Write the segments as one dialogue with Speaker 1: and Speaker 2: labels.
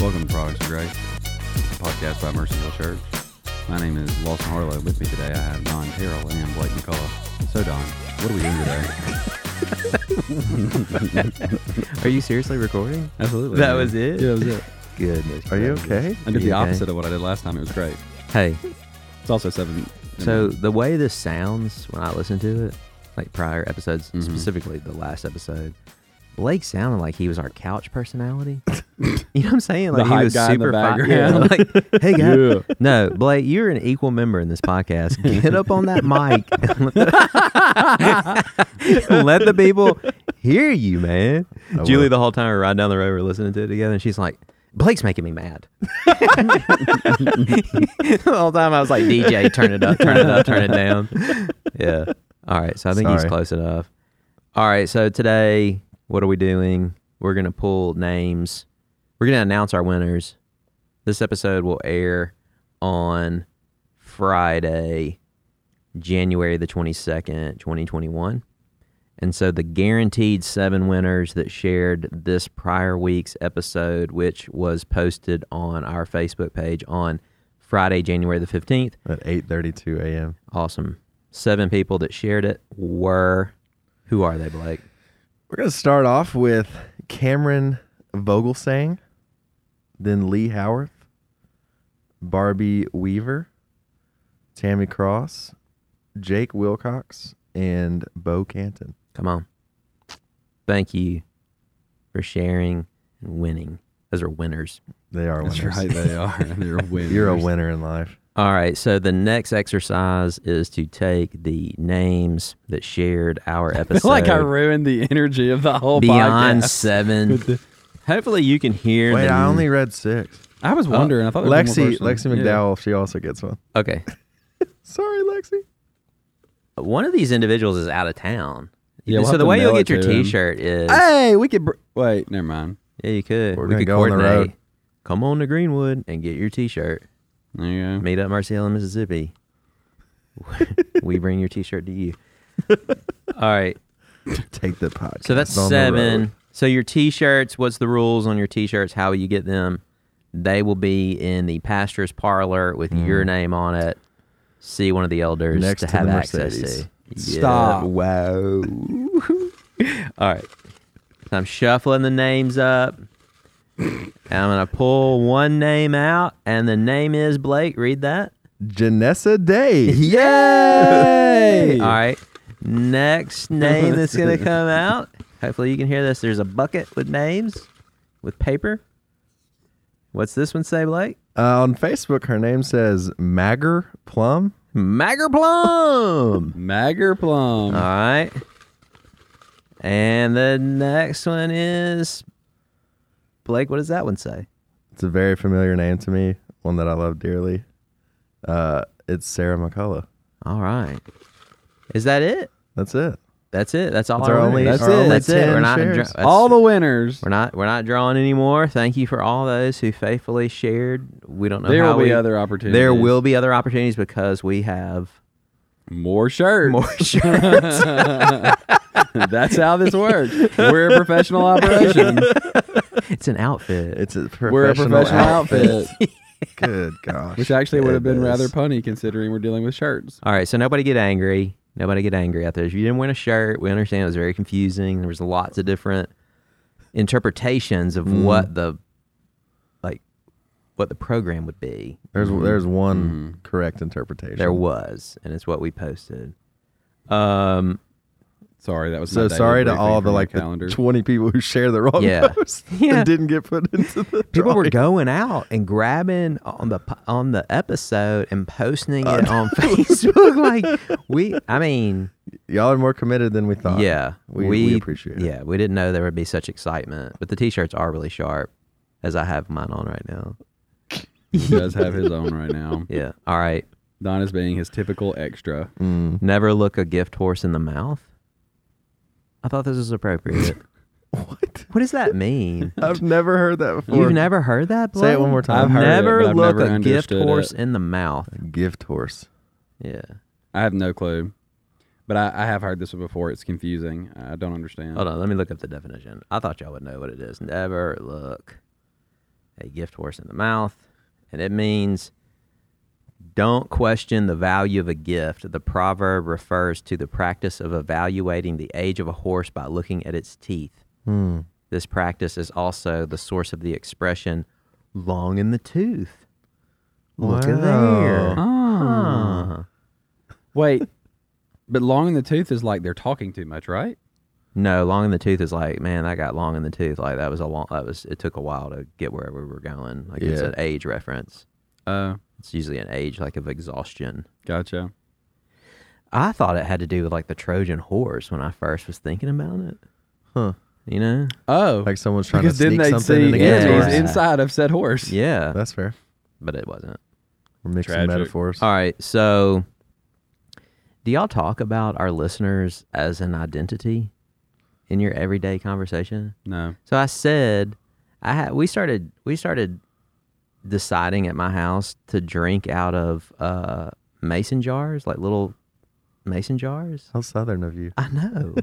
Speaker 1: Welcome to Products of Grace, it's a podcast by Mercyville Church. My name is Lawson Harlow. With me today, I have Don Carroll and Blake McCullough. So, Don, what are we doing today?
Speaker 2: Are you seriously recording?
Speaker 1: Absolutely.
Speaker 2: That was it?
Speaker 1: Yeah, that was it.
Speaker 2: Goodness.
Speaker 3: Are you
Speaker 2: gracious.
Speaker 3: okay?
Speaker 1: I did
Speaker 2: You okay?
Speaker 1: the opposite of what I did last time. It was great.
Speaker 2: Hey,
Speaker 1: It's also seven.
Speaker 2: so the way this sounds when I listen to it, like prior episodes,
Speaker 1: Mhm.
Speaker 2: specifically the last episode, Blake sounded like he was our couch personality. you know what I'm saying?
Speaker 1: The
Speaker 2: Like
Speaker 1: hype
Speaker 2: he was
Speaker 1: guy in the
Speaker 2: super fi-
Speaker 1: background.
Speaker 2: yeah, like, hey guys.
Speaker 1: Yeah.
Speaker 2: No, Blake, you're an equal member in this podcast. Get up on that mic. Let the people hear you, man.
Speaker 3: will.
Speaker 2: Julie, the whole time we ride down the road, we're listening to it together, and she's like, Blake's making me mad. the whole time I was like, DJ, turn it up, turn it up, turn it down. Yeah. All right. So I think he's
Speaker 3: Sorry.
Speaker 2: close enough. All right. So today, what are we doing? We're going to pull names. We're going to announce our winners. This episode will air on Friday, January the 22nd, 2021. And so the guaranteed seven winners that shared this prior week's episode, which was posted on our Facebook page on Friday, January the 15th.
Speaker 3: At 8:32 a.m.
Speaker 2: Awesome. Seven people that shared it were. Who are they, Blake?
Speaker 3: We're gonna start off with Cameron Vogelsang, then Lee Howarth, Barbie Weaver, Tammy Cross, Jake Wilcox, and Bo Canton.
Speaker 2: Come on. Thank you for sharing and winning. Those are winners.
Speaker 3: They are
Speaker 1: That's
Speaker 3: winners.
Speaker 1: right, they are. They're winners.
Speaker 3: You're a winner in life.
Speaker 2: All right, so the next exercise is to take the names that shared our episode
Speaker 4: like I ruined the energy of the whole
Speaker 2: beyond
Speaker 4: podcast.
Speaker 2: seven. Hopefully, you can hear.
Speaker 3: Wait,
Speaker 2: the-
Speaker 3: I only read six.
Speaker 4: I
Speaker 2: Uh,
Speaker 4: was wondering. I thought there was one
Speaker 3: Lexi,
Speaker 4: more person.
Speaker 3: Lexi
Speaker 4: Yeah.
Speaker 3: McDowell, she also gets one.
Speaker 2: okay.
Speaker 3: Sorry, Lexi.
Speaker 2: One of these individuals is out of town.
Speaker 4: Yeah, we'll
Speaker 2: so
Speaker 4: have
Speaker 2: the
Speaker 4: to
Speaker 2: way you'll
Speaker 4: mail
Speaker 2: get
Speaker 4: it
Speaker 2: your
Speaker 4: to him.
Speaker 2: T-shirt is
Speaker 4: Hey, we could. Br- wait,
Speaker 1: Never mind.
Speaker 2: yeah, you could.
Speaker 3: We're
Speaker 2: we
Speaker 3: gonna
Speaker 2: could
Speaker 3: go on the
Speaker 2: coordinate.
Speaker 3: road.
Speaker 2: Come on to Greenwood and get your T-shirt.
Speaker 1: There you go.
Speaker 2: Meet up Mercy Hill in Mississippi. we bring your T-shirt to you. All right.
Speaker 3: Take the podcast.
Speaker 2: So that's
Speaker 3: on the road.
Speaker 2: seven. So your t-shirts, what's the rules on your t-shirts? How will you get them? They will be in the pastor's parlor with your name on it. See one of the elders
Speaker 3: Mm. Next
Speaker 2: to
Speaker 3: to the
Speaker 2: have access
Speaker 3: Mercedes.
Speaker 2: to. Yeah.
Speaker 4: Stop.
Speaker 3: Wow.
Speaker 2: All right. So I'm shuffling the names up. And I'm gonna pull one name out, and the name is Blake. Read that.
Speaker 3: Janessa Day.
Speaker 2: Yay! All right. Next name that's going to come out. Hopefully you can hear this. There's a bucket with names with paper. What's this one say, Blake?
Speaker 3: Uh, on Facebook, her name says Magger Plum.
Speaker 2: Magger Plum.
Speaker 1: Magger
Speaker 2: All
Speaker 1: Plum.
Speaker 2: right. And the next one is Blake, what does that one say?
Speaker 3: It's a very familiar name to me, one that I love dearly. Uh, it's Sarah McCullough.
Speaker 2: All right. Is that it?
Speaker 3: That's it.
Speaker 2: That's it. That's all
Speaker 3: That's
Speaker 2: I
Speaker 3: our
Speaker 2: wanted.
Speaker 3: only.
Speaker 4: That's
Speaker 3: our
Speaker 4: it.
Speaker 3: only
Speaker 2: That's it.
Speaker 3: 10
Speaker 2: We're not
Speaker 3: shares.
Speaker 2: dr- that's-
Speaker 4: all the winners.
Speaker 2: We're not we're not drawing anymore. Thank you for all those who faithfully shared. We don't know
Speaker 4: There
Speaker 2: how
Speaker 4: will be
Speaker 2: we,
Speaker 4: other opportunities.
Speaker 2: There will be other opportunities because we have
Speaker 1: More shirts.
Speaker 2: more shirts.
Speaker 4: That's how this works. We're a professional operation.
Speaker 2: it's an outfit.
Speaker 3: It's a professional,
Speaker 4: We're a professional outfit,
Speaker 3: Good gosh.
Speaker 4: which actually would have been rather
Speaker 3: Goodness.
Speaker 4: punny considering we're dealing with shirts.
Speaker 2: All right, so nobody get angry. Nobody get angry out there. If you didn't win a shirt, we understand it was very confusing. There was lots of different interpretations of
Speaker 4: Mm.
Speaker 2: what the like what the program would be.
Speaker 3: There's there's one correct interpretation.
Speaker 2: There was, and it's what we posted. Um
Speaker 1: Sorry, that was my
Speaker 3: so
Speaker 1: daily
Speaker 3: sorry to
Speaker 1: briefing
Speaker 3: all
Speaker 1: from
Speaker 3: the
Speaker 1: my
Speaker 3: like the
Speaker 1: calendar.
Speaker 3: 20 people who share the wrong
Speaker 2: Yeah.
Speaker 3: post
Speaker 2: Yeah.
Speaker 3: and didn't get put into the
Speaker 2: people were
Speaker 3: drawing.
Speaker 2: going out and grabbing on the po- on the episode and posting it
Speaker 3: Uh,
Speaker 2: on Facebook like we I mean
Speaker 3: Y'all are more committed than we thought.
Speaker 2: Yeah,
Speaker 3: Uh, we- we appreciate it.
Speaker 2: Yeah, we didn't know there would be such excitement, but the t-shirts are really sharp, as I have mine on right now.
Speaker 1: He does have his own right now.
Speaker 2: Yeah. All right.
Speaker 1: Don is being his typical extra.
Speaker 3: Mm.
Speaker 2: Never look a gift horse in the mouth. I thought this was appropriate.
Speaker 3: What?
Speaker 2: what does that mean?
Speaker 3: I've never heard that before.
Speaker 2: You've never heard that?
Speaker 3: Say it
Speaker 2: Blake?
Speaker 3: one more time.
Speaker 1: I've heard it,
Speaker 2: never
Speaker 1: but I've
Speaker 2: look
Speaker 1: never
Speaker 2: a gift
Speaker 1: understood
Speaker 2: horse
Speaker 1: it.
Speaker 2: in the mouth.
Speaker 3: Gift horse.
Speaker 2: Yeah.
Speaker 1: I have no clue, but I, I have heard this one before. It's confusing. I don't understand.
Speaker 2: Hold on. Let me look up the definition. I thought y'all would know what it is. Never look a gift horse in the mouth, and it means don't question the value of a gift. The proverb refers to the practice of evaluating the age of a horse by looking at its teeth.
Speaker 3: Hmm.
Speaker 2: This practice is also the source of the expression long in the tooth. Look at there.
Speaker 1: Ah.
Speaker 2: Huh.
Speaker 4: Wait, but long in the tooth is like they're talking too much, right?
Speaker 2: No, long in the tooth is like, man, that got long in the tooth. Like that was a long that was it took a while to get where we were going. Like it's
Speaker 3: Yeah.
Speaker 2: an age reference.
Speaker 4: Oh,
Speaker 2: It's usually an age like of exhaustion.
Speaker 4: gotcha.
Speaker 2: I thought it had to do with like the Trojan horse when I first was thinking about it.
Speaker 3: Huh.
Speaker 2: You know?
Speaker 4: Oh,
Speaker 3: Like someone's trying
Speaker 4: because
Speaker 3: to
Speaker 4: then
Speaker 3: sneak
Speaker 4: they
Speaker 3: something in
Speaker 4: see
Speaker 3: a
Speaker 2: gift
Speaker 4: enemies
Speaker 2: horse.
Speaker 3: game.
Speaker 4: inside of said horse.
Speaker 2: Yeah.
Speaker 3: That's fair.
Speaker 2: But it wasn't.
Speaker 3: We're mixing
Speaker 4: Tragic.
Speaker 3: metaphors.
Speaker 2: All right. So do y'all talk about our listeners as an identity in your everyday conversation?
Speaker 4: No.
Speaker 2: So I said, I had we started we started deciding at my house to drink out of uh, mason jars, like little mason jars.
Speaker 3: How southern of you.
Speaker 2: I know.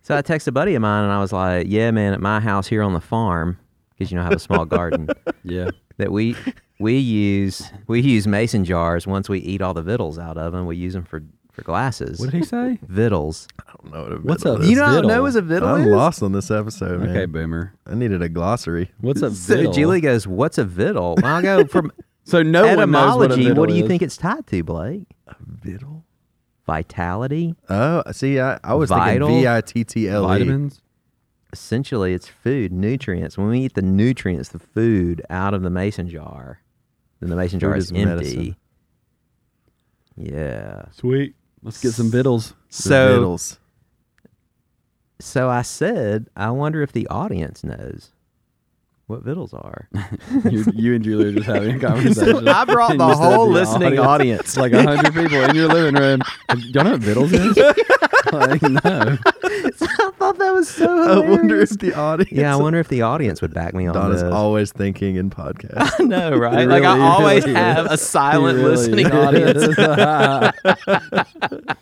Speaker 2: so I texted a buddy of mine and I was like, "Yeah, man, at my house here on the farm, because you know I have a small garden
Speaker 4: Yeah.
Speaker 2: that we we use we use mason jars. Once we eat all the vittles out of them, we use them for for glasses.
Speaker 4: What did he say?
Speaker 2: Vittles.
Speaker 3: I don't know what a
Speaker 4: What's
Speaker 3: viddle
Speaker 4: a
Speaker 3: is.
Speaker 2: You don't
Speaker 4: vittle.
Speaker 2: know what a vittle
Speaker 3: I'm
Speaker 2: is?
Speaker 3: lost on this episode, man.
Speaker 4: Okay, boomer.
Speaker 3: I needed a glossary.
Speaker 4: What's a
Speaker 2: So
Speaker 4: vittle?
Speaker 2: Julie goes, "What's a vittle?" Well, I go from
Speaker 4: So no one knows what, a
Speaker 2: etymology. What,
Speaker 4: vittle
Speaker 2: do you
Speaker 4: is.
Speaker 2: think it's tied to, Blake?
Speaker 3: Viddle?
Speaker 2: Vitality.
Speaker 3: Oh, see, I, I was
Speaker 2: Vital?
Speaker 3: thinking V I T T L E.
Speaker 4: Vitamins.
Speaker 2: Essentially, it's food nutrients. When we eat the nutrients, the food out of the mason jar, then the mason
Speaker 3: Food
Speaker 2: jar is,
Speaker 3: is
Speaker 2: empty.
Speaker 3: medicine.
Speaker 2: Yeah.
Speaker 4: Sweet. Let's get some vittles.
Speaker 2: So
Speaker 3: Vittles.
Speaker 2: so I said, I wonder if the audience knows what vittles are.
Speaker 4: you you and Julie are just having a
Speaker 2: So
Speaker 4: conversation.
Speaker 2: I brought
Speaker 4: And
Speaker 2: the
Speaker 4: you said
Speaker 2: whole
Speaker 4: the
Speaker 2: listening audience.
Speaker 4: It's like a hundred people in your living room. Y'all know what vittles is? like, no.
Speaker 2: I thought that was so.
Speaker 3: I wonder
Speaker 2: hilarious.
Speaker 3: if the audience.
Speaker 2: oh, Yeah, I wonder if the audience would back me on
Speaker 3: Donna's
Speaker 2: this.
Speaker 3: always thinking in podcasts.
Speaker 2: I know, right?
Speaker 4: It
Speaker 2: like I
Speaker 4: really
Speaker 2: always
Speaker 4: is.
Speaker 2: have a silent
Speaker 4: He really
Speaker 2: listening
Speaker 4: is.
Speaker 2: audience.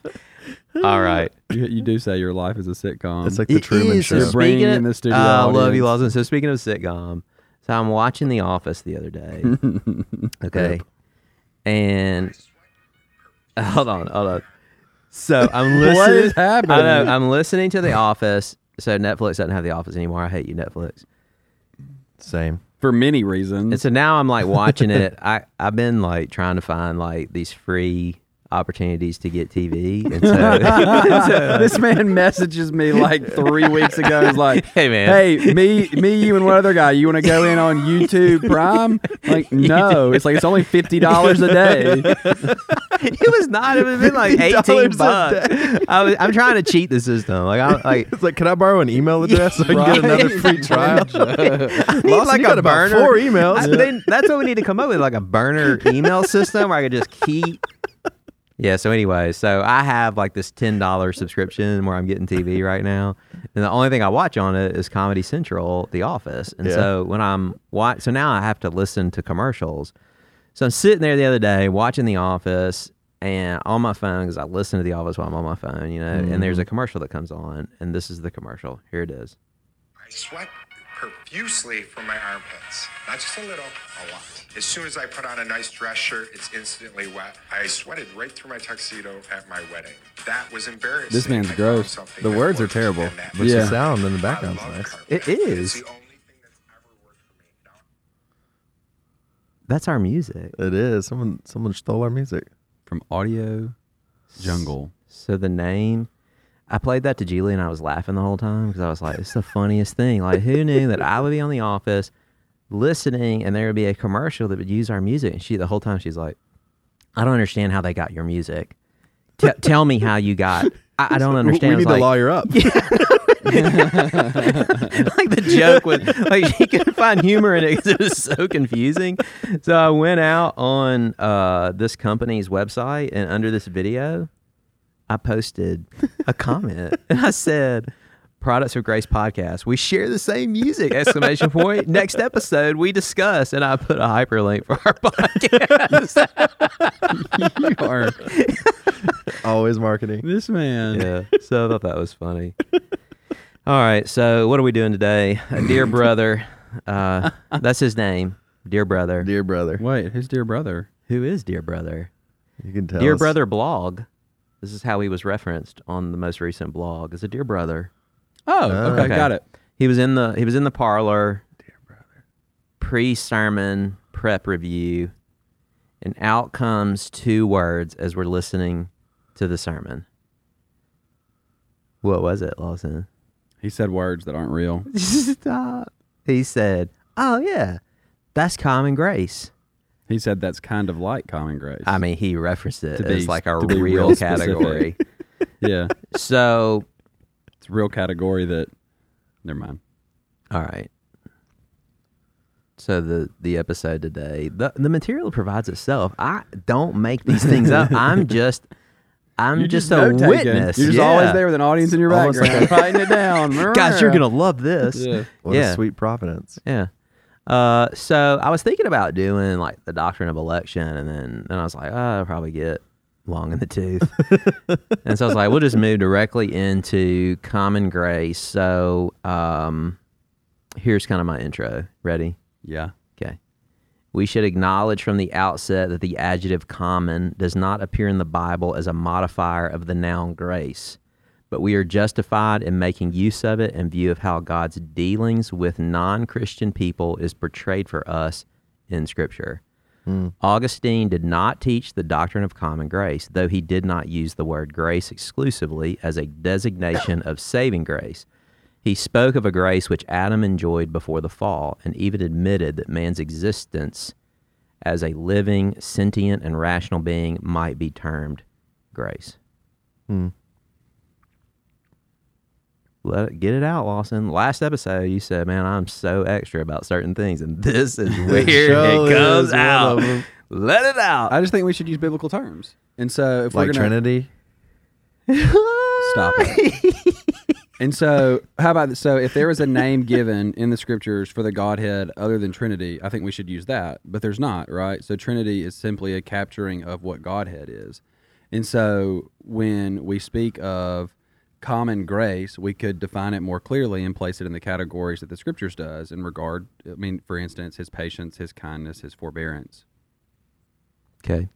Speaker 2: All right.
Speaker 4: you, you do say your life is a sitcom.
Speaker 3: It's like the
Speaker 2: It
Speaker 3: Truman
Speaker 2: is.
Speaker 3: Show.
Speaker 4: You're bringing
Speaker 2: Speaking of-
Speaker 4: in the studio
Speaker 2: Ah, I love you,
Speaker 4: audience.
Speaker 2: Lawson. So speaking of sitcom, so I'm watching The Office the other day. okay, and hold on, hold on. So I'm listening.
Speaker 4: What is happening?
Speaker 2: I know. I'm listening to The Office. So Netflix doesn't have The Office anymore. I hate you, Netflix.
Speaker 3: Same.
Speaker 4: for many reasons.
Speaker 2: And so now I'm like watching it. I I've been like trying to find like these free opportunities to get TV. And so,
Speaker 4: this man messages me like three weeks ago. He's like,
Speaker 2: Hey, man.
Speaker 4: hey, me, me, you, and one other guy. You want to go in on YouTube Prime?" Like, no. It's like it's only fifty dollars a day.
Speaker 2: it was not. It would have been like
Speaker 3: $50 a
Speaker 2: eighteen bucks. I was, I'm trying to cheat the system. Like I'm like
Speaker 3: It's like, can I borrow an email address so I can get another free trial? Lawson,
Speaker 2: need like
Speaker 3: you got
Speaker 2: a
Speaker 3: about
Speaker 2: burner.
Speaker 3: four emails.
Speaker 2: I- they- that's what we need to come up with, like a burner email system where I could just keep. Yeah. So anyway, so I have like this ten dollar subscription where I'm getting TV right now, and the only thing I watch on it is Comedy Central, The Office, and
Speaker 3: Yeah.
Speaker 2: so when I'm watch, so now I have to listen to commercials. So I'm sitting there the other day watching The Office and on my phone because I listen to The Office while I'm on my phone, you know, and
Speaker 3: Mm-hmm.
Speaker 2: there's a commercial that comes on, and this is the commercial. Here it is.
Speaker 5: I sweat profusely from my armpits. Not just a little, a lot. As soon as I put on a nice dress shirt, it's instantly wet. I sweated right through my tuxedo at my wedding. That was embarrassing.
Speaker 4: This man's
Speaker 5: I found
Speaker 4: gross.
Speaker 5: something
Speaker 3: The
Speaker 5: that
Speaker 3: words are
Speaker 5: worked,
Speaker 3: terrible,
Speaker 5: and that
Speaker 3: but
Speaker 4: Yeah.
Speaker 3: the sound in the
Speaker 5: I
Speaker 3: background's
Speaker 5: love
Speaker 3: nice.
Speaker 5: carpet.
Speaker 2: It
Speaker 5: It's
Speaker 2: is.
Speaker 5: the only thing that's ever worked for me. Now,
Speaker 2: That's our music.
Speaker 3: It is. Someone someone stole our music.
Speaker 4: From audio jungle.
Speaker 2: So the name, I played that to Julie and I was laughing the whole time because I was like, it's the funniest thing. Like, who knew that I would be on The Office listening and there would be a commercial that would use our music? And she, the whole time, she's like, I don't understand how they got your music. T- tell me how you got. I, I don't understand.
Speaker 3: We
Speaker 2: I was
Speaker 3: need
Speaker 2: like,
Speaker 3: to lawyer up.
Speaker 2: like the joke was like she couldn't find humor in it because it was so confusing. So I went out on uh, this company's website and under this video, I posted a comment and I said, "Products of Grace podcast. We share the same music!" Exclamation point. Next episode we discuss, and I put a hyperlink for our podcast.
Speaker 4: You are
Speaker 3: Always marketing.
Speaker 4: this man.
Speaker 2: yeah. So I thought that was funny. All right. So what are we doing today? A dear brother. Uh, that's his name. Dear brother.
Speaker 3: Dear brother.
Speaker 1: Wait, who's dear brother?
Speaker 2: Who is dear brother?
Speaker 3: You can tell.
Speaker 2: dear
Speaker 3: us.
Speaker 2: brother blog. This is how he was referenced on the most recent blog. As a dear brother.
Speaker 4: Oh, okay,
Speaker 2: Okay.
Speaker 4: got it.
Speaker 2: He was in the he was in the parlor. Dear brother. Pre sermon prep review, and out comes two words as we're listening to the sermon. What was it, Lawson?
Speaker 1: He said words that aren't real.
Speaker 2: Stop. He said, "Oh yeah, that's common grace."
Speaker 1: He said that's kind of like common grace.
Speaker 2: I mean, he referenced it
Speaker 1: To be-
Speaker 2: as like a
Speaker 1: to be
Speaker 2: real,
Speaker 1: real specific.
Speaker 2: category.
Speaker 1: yeah,
Speaker 2: so,
Speaker 1: it's a real category that. Never mind.
Speaker 2: all right. So the the episode today, the the material provides itself. I don't make these things up. I'm just, I'm
Speaker 4: You're
Speaker 2: just,
Speaker 4: just
Speaker 2: a
Speaker 4: note-taking.
Speaker 2: witness.
Speaker 4: You're just
Speaker 2: Yeah.
Speaker 4: always there with an audience in your
Speaker 3: Almost like
Speaker 4: background, writing it down.
Speaker 2: Guys, you're gonna love this.
Speaker 4: Yeah.
Speaker 3: What
Speaker 2: Yeah.
Speaker 3: a sweet providence.
Speaker 2: Yeah. Uh, so I was thinking about doing like the doctrine of election, and then then I was like, oh, I'll probably get long in the tooth. and so I was like, we'll just move directly into common grace. So um, here's kind of my intro. Ready?
Speaker 1: Yeah.
Speaker 2: Okay. We should acknowledge from the outset that the adjective common does not appear in the Bible as a modifier of the noun grace, but we are justified in making use of it in view of how God's dealings with non Christian people is portrayed for us in Scripture. Augustine did not teach the doctrine of common grace, though he did not use the word grace exclusively as a designation of saving grace. He spoke of a grace which Adam enjoyed before the fall and even admitted that man's existence as a living, sentient, and rational being might be termed grace.
Speaker 3: Hmm.
Speaker 2: Let it, get it out, Lawson. Last episode, you said, "Man, I'm so extra about certain things," and this is where
Speaker 3: sure
Speaker 2: it comes
Speaker 3: is one
Speaker 2: out.
Speaker 3: of 'em.
Speaker 2: Let it out.
Speaker 4: I just think we should use biblical terms. And so if
Speaker 3: Like
Speaker 4: we're gonna,
Speaker 3: Trinity. Ah.
Speaker 4: Stop it. and so, how about this? so if there is a name given in the scriptures for the Godhead other than Trinity, I think we should use that. But there's not, right? So Trinity is simply a capturing of what Godhead is. And so when we speak of common grace, we could define it more clearly and place it in the categories that the scriptures does in regard, I mean, for instance, his patience, his kindness, his forbearance.
Speaker 2: Okay.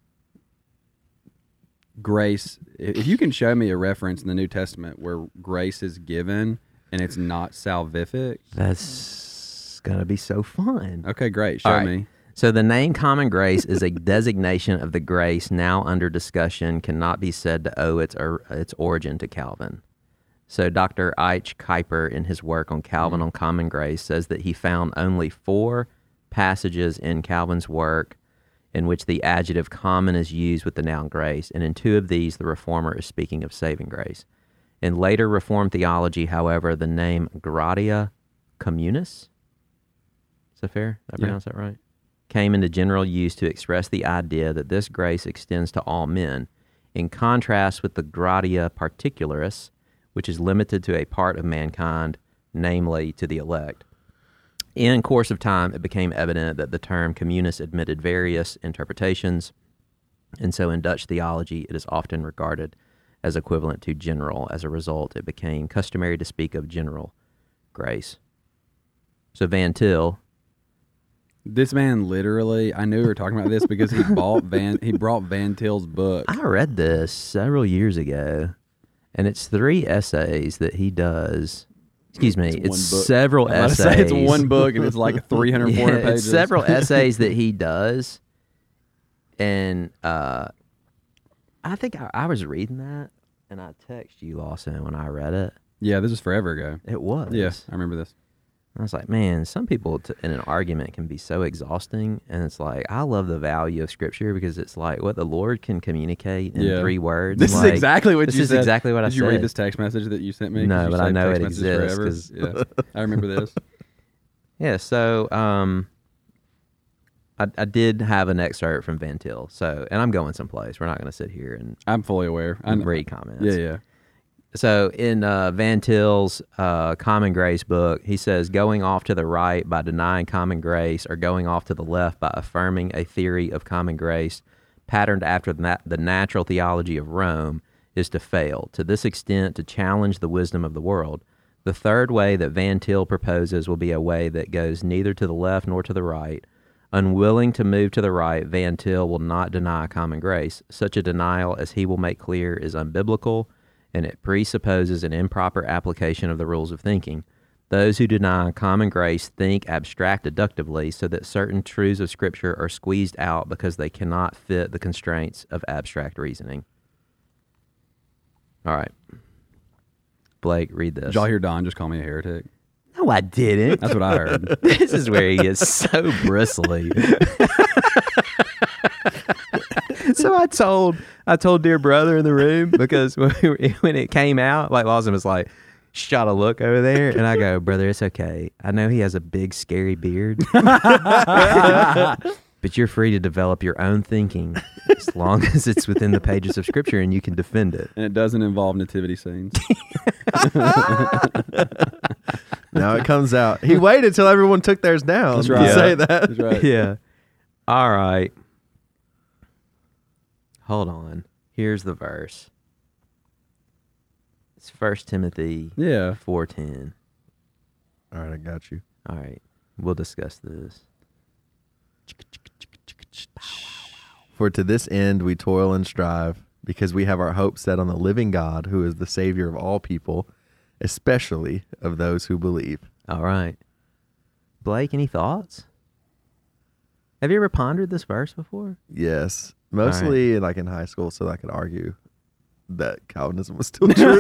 Speaker 4: grace if you can show me a reference in the new testament where grace is given and it's not salvific
Speaker 2: That's gonna be so fun.
Speaker 4: okay great show
Speaker 2: All right.
Speaker 4: me
Speaker 2: So the name common grace is a designation of the grace now under discussion cannot be said to owe its or, its origin to Calvin. So Dr. Eich Kuiper in his work on Calvin on common grace says that he found only 4 passages in Calvin's work in which the adjective common is used with the noun grace, and in two of these the reformer is speaking of saving grace. In later reformed theology, however, the name gratia communis is that fair? Did I pronounce that right? Came into general use to express the idea that this grace extends to all men, in contrast with the gratia particularis, which is limited to a part of mankind, namely to the elect. In course of time, it became evident that the term communis admitted various interpretations, and so in Dutch theology, it is often regarded as equivalent to general. As a result, it became customary to speak of general grace. So Van Til,
Speaker 4: this man literally i knew we were talking about this because he bought van he brought van til's book
Speaker 2: I read this several years ago, and it's three essays that he does. Excuse me, it's,
Speaker 4: one book.
Speaker 2: several
Speaker 4: I was
Speaker 2: essays.
Speaker 4: about to say, it's one book and it's like 300
Speaker 2: Yeah,
Speaker 4: 400
Speaker 2: it's
Speaker 4: pages
Speaker 2: several essays that he does, and uh, I think I, I was reading that, and I text you Lawson when I read it.
Speaker 4: yeah this is forever ago
Speaker 2: It was.
Speaker 4: yes i remember this
Speaker 2: I was like, man, some people t- in an argument can be so exhausting. And it's like, I love the value of scripture because it's like what the Lord can communicate in
Speaker 4: Yeah.
Speaker 2: three words.
Speaker 4: this
Speaker 2: Like,
Speaker 4: is exactly what
Speaker 2: this
Speaker 4: you
Speaker 2: is
Speaker 4: said.
Speaker 2: exactly what I
Speaker 4: Did you read
Speaker 2: said.
Speaker 4: this text message that you sent me? 'Cause
Speaker 2: No,
Speaker 4: you
Speaker 2: but I
Speaker 4: saved
Speaker 2: know
Speaker 4: text
Speaker 2: it
Speaker 4: messages forever. Yeah, I remember this.
Speaker 2: Yeah, so um, I, I did have an excerpt from Van Til. So, and I'm going someplace. We're not going to sit here and
Speaker 4: I'm fully aware. I'm,
Speaker 2: read comments.
Speaker 4: yeah, yeah.
Speaker 2: So in uh, Van Til's uh, Common Grace book, he says going off to the right by denying common grace or going off to the left by affirming a theory of common grace patterned after the, nat- the natural theology of Rome is to fail, to this extent to challenge the wisdom of the world. The third way that Van Til proposes will be a way that goes neither to the left nor to the right, Unwilling to move to the right, Van Til will not deny common grace. Such a denial, as he will make clear, is unbiblical and it presupposes an improper application of the rules of thinking. Those who deny common grace think abstract deductively so that certain truths of Scripture are squeezed out because they cannot fit the constraints of abstract reasoning. All right. Blake, read this.
Speaker 4: Did y'all hear Don just call me a heretic?
Speaker 2: No, I didn't.
Speaker 4: That's what I heard.
Speaker 2: this is where he is so bristly. so I told I told dear brother in the room because when, we were- when it came out, like Lawson was like, shot a look over there, and I go, brother, it's okay. I know he has a big scary beard, but you're free to develop your own thinking as long as it's within the pages of Scripture and you can defend it.
Speaker 4: And it doesn't involve nativity scenes.
Speaker 3: Now it comes out. He waited till everyone took theirs down
Speaker 4: That's right.
Speaker 3: to say that.
Speaker 4: That's right.
Speaker 2: Yeah. All right. Hold on. Here's the verse. It's First Timothy
Speaker 4: Yeah.
Speaker 2: four ten.
Speaker 3: All right, I got you.
Speaker 2: All right. We'll discuss this.
Speaker 3: For to this end we toil and strive, because we have our hope set on the living God, who is the Savior of all people, especially of those who believe.
Speaker 2: All right. Blake, any thoughts? Have you ever pondered this verse before?
Speaker 3: Yes, mostly like in high school, so I could argue that Calvinism was still true.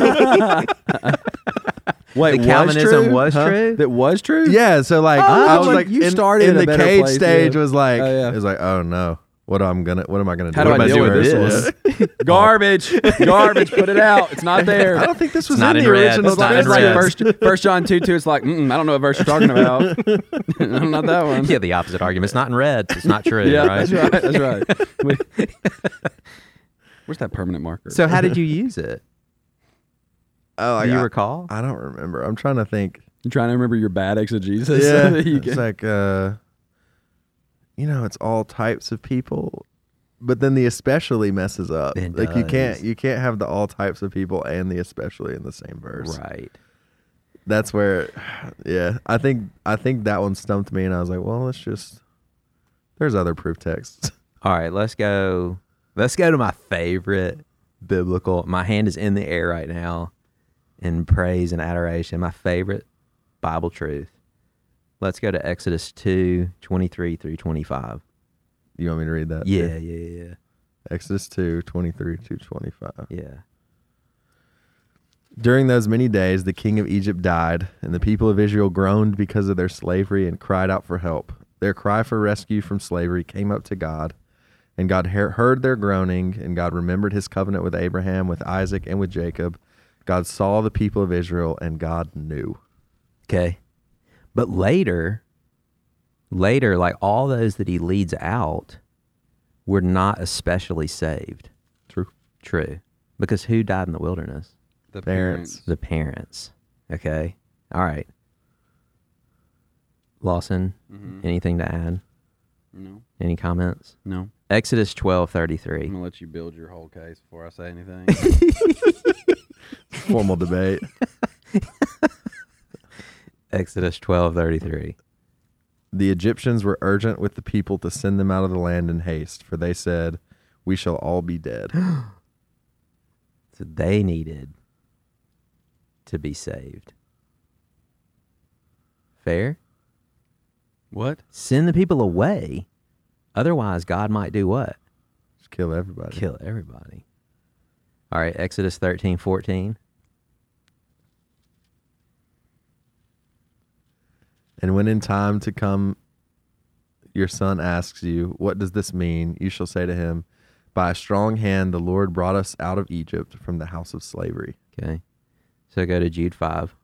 Speaker 4: Wait,
Speaker 2: The Calvinism was true?
Speaker 4: That was true?
Speaker 3: yeah, so like
Speaker 4: Oh,
Speaker 3: I was
Speaker 4: like
Speaker 3: like,
Speaker 4: you
Speaker 3: in,
Speaker 4: started
Speaker 3: in
Speaker 4: a
Speaker 3: the
Speaker 4: better
Speaker 3: cage
Speaker 4: place,
Speaker 3: stage
Speaker 4: yeah.
Speaker 3: was like
Speaker 4: Oh, yeah.
Speaker 3: it was like oh no, what am I gonna what am I gonna
Speaker 4: How
Speaker 3: do?
Speaker 4: do I
Speaker 3: about
Speaker 4: deal with this
Speaker 3: verse?
Speaker 4: Garbage. Garbage. Put it out. It's not there.
Speaker 3: I don't think this was
Speaker 2: not
Speaker 3: in,
Speaker 2: in
Speaker 3: the
Speaker 2: red.
Speaker 3: original.
Speaker 2: It's not
Speaker 4: It's
Speaker 2: in
Speaker 4: like
Speaker 2: red.
Speaker 4: first, first John 2 2. It's like, mm, I don't know what verse you're talking about. not that one.
Speaker 2: Yeah, the opposite argument. It's not in red. It's not true,
Speaker 4: Um, Yeah,
Speaker 2: right?
Speaker 4: that's right. That's right. We- Where's that permanent marker?
Speaker 2: So how did you use it?
Speaker 3: Oh,
Speaker 2: Do
Speaker 3: like,
Speaker 2: you
Speaker 3: I-
Speaker 2: recall?
Speaker 3: I don't remember. I'm trying to think.
Speaker 4: you trying to remember your bad exegesis?
Speaker 3: yeah,
Speaker 4: that you
Speaker 3: it's
Speaker 4: get-
Speaker 3: like uh, you know, it's all types of people, but then the especially messes up.
Speaker 2: It
Speaker 3: like you can't
Speaker 2: does.
Speaker 3: you can't have the all types of people and the especially in the same verse.
Speaker 2: Right.
Speaker 3: That's where, yeah, I think I think that one stumped me, and I was like, well, let's just there's other proof texts.
Speaker 2: All right, let's go. Let's go to my favorite biblical. My hand is in the air right now in praise and adoration. My favorite Bible truth. Let's go to Exodus 2 23 through 25.
Speaker 3: You want me to read that?
Speaker 2: Yeah, yeah, yeah,
Speaker 3: Exodus 2, 23 to 25.
Speaker 2: yeah.
Speaker 3: During those many days, the king of Egypt died, and the people of Israel groaned because of their slavery and cried out for help. Their cry for rescue from slavery came up to God, and God hear- heard their groaning, and God remembered his covenant with Abraham, with Isaac, and with Jacob. God saw the people of Israel, and God knew.
Speaker 2: Okay. But later, later, like all those that he leads out were not especially saved.
Speaker 3: True.
Speaker 2: True. Because who died in the wilderness?
Speaker 4: the
Speaker 3: parents.
Speaker 2: the parents. Okay. All right. Lawson, anything to add?
Speaker 4: No,
Speaker 2: Any comments?
Speaker 4: no.
Speaker 2: Exodus twelve thirty
Speaker 4: I'm
Speaker 2: three.
Speaker 4: gonna let you build your whole case before I say anything.
Speaker 3: Formal debate.
Speaker 2: Exodus twelve thirty three.
Speaker 3: The Egyptians were urgent with the people to send them out of the land in haste, for they said, We shall all be dead.
Speaker 2: So they needed to be saved. Fair?
Speaker 4: what?
Speaker 2: Send the people away. Otherwise God might do what?
Speaker 3: Just kill everybody.
Speaker 2: Kill everybody. All right, Exodus thirteen fourteen.
Speaker 3: And when in time to come your son asks you, What does this mean? you shall say to him, By a strong hand the Lord brought us out of Egypt from the house of slavery.
Speaker 2: Okay. So go to Jude five.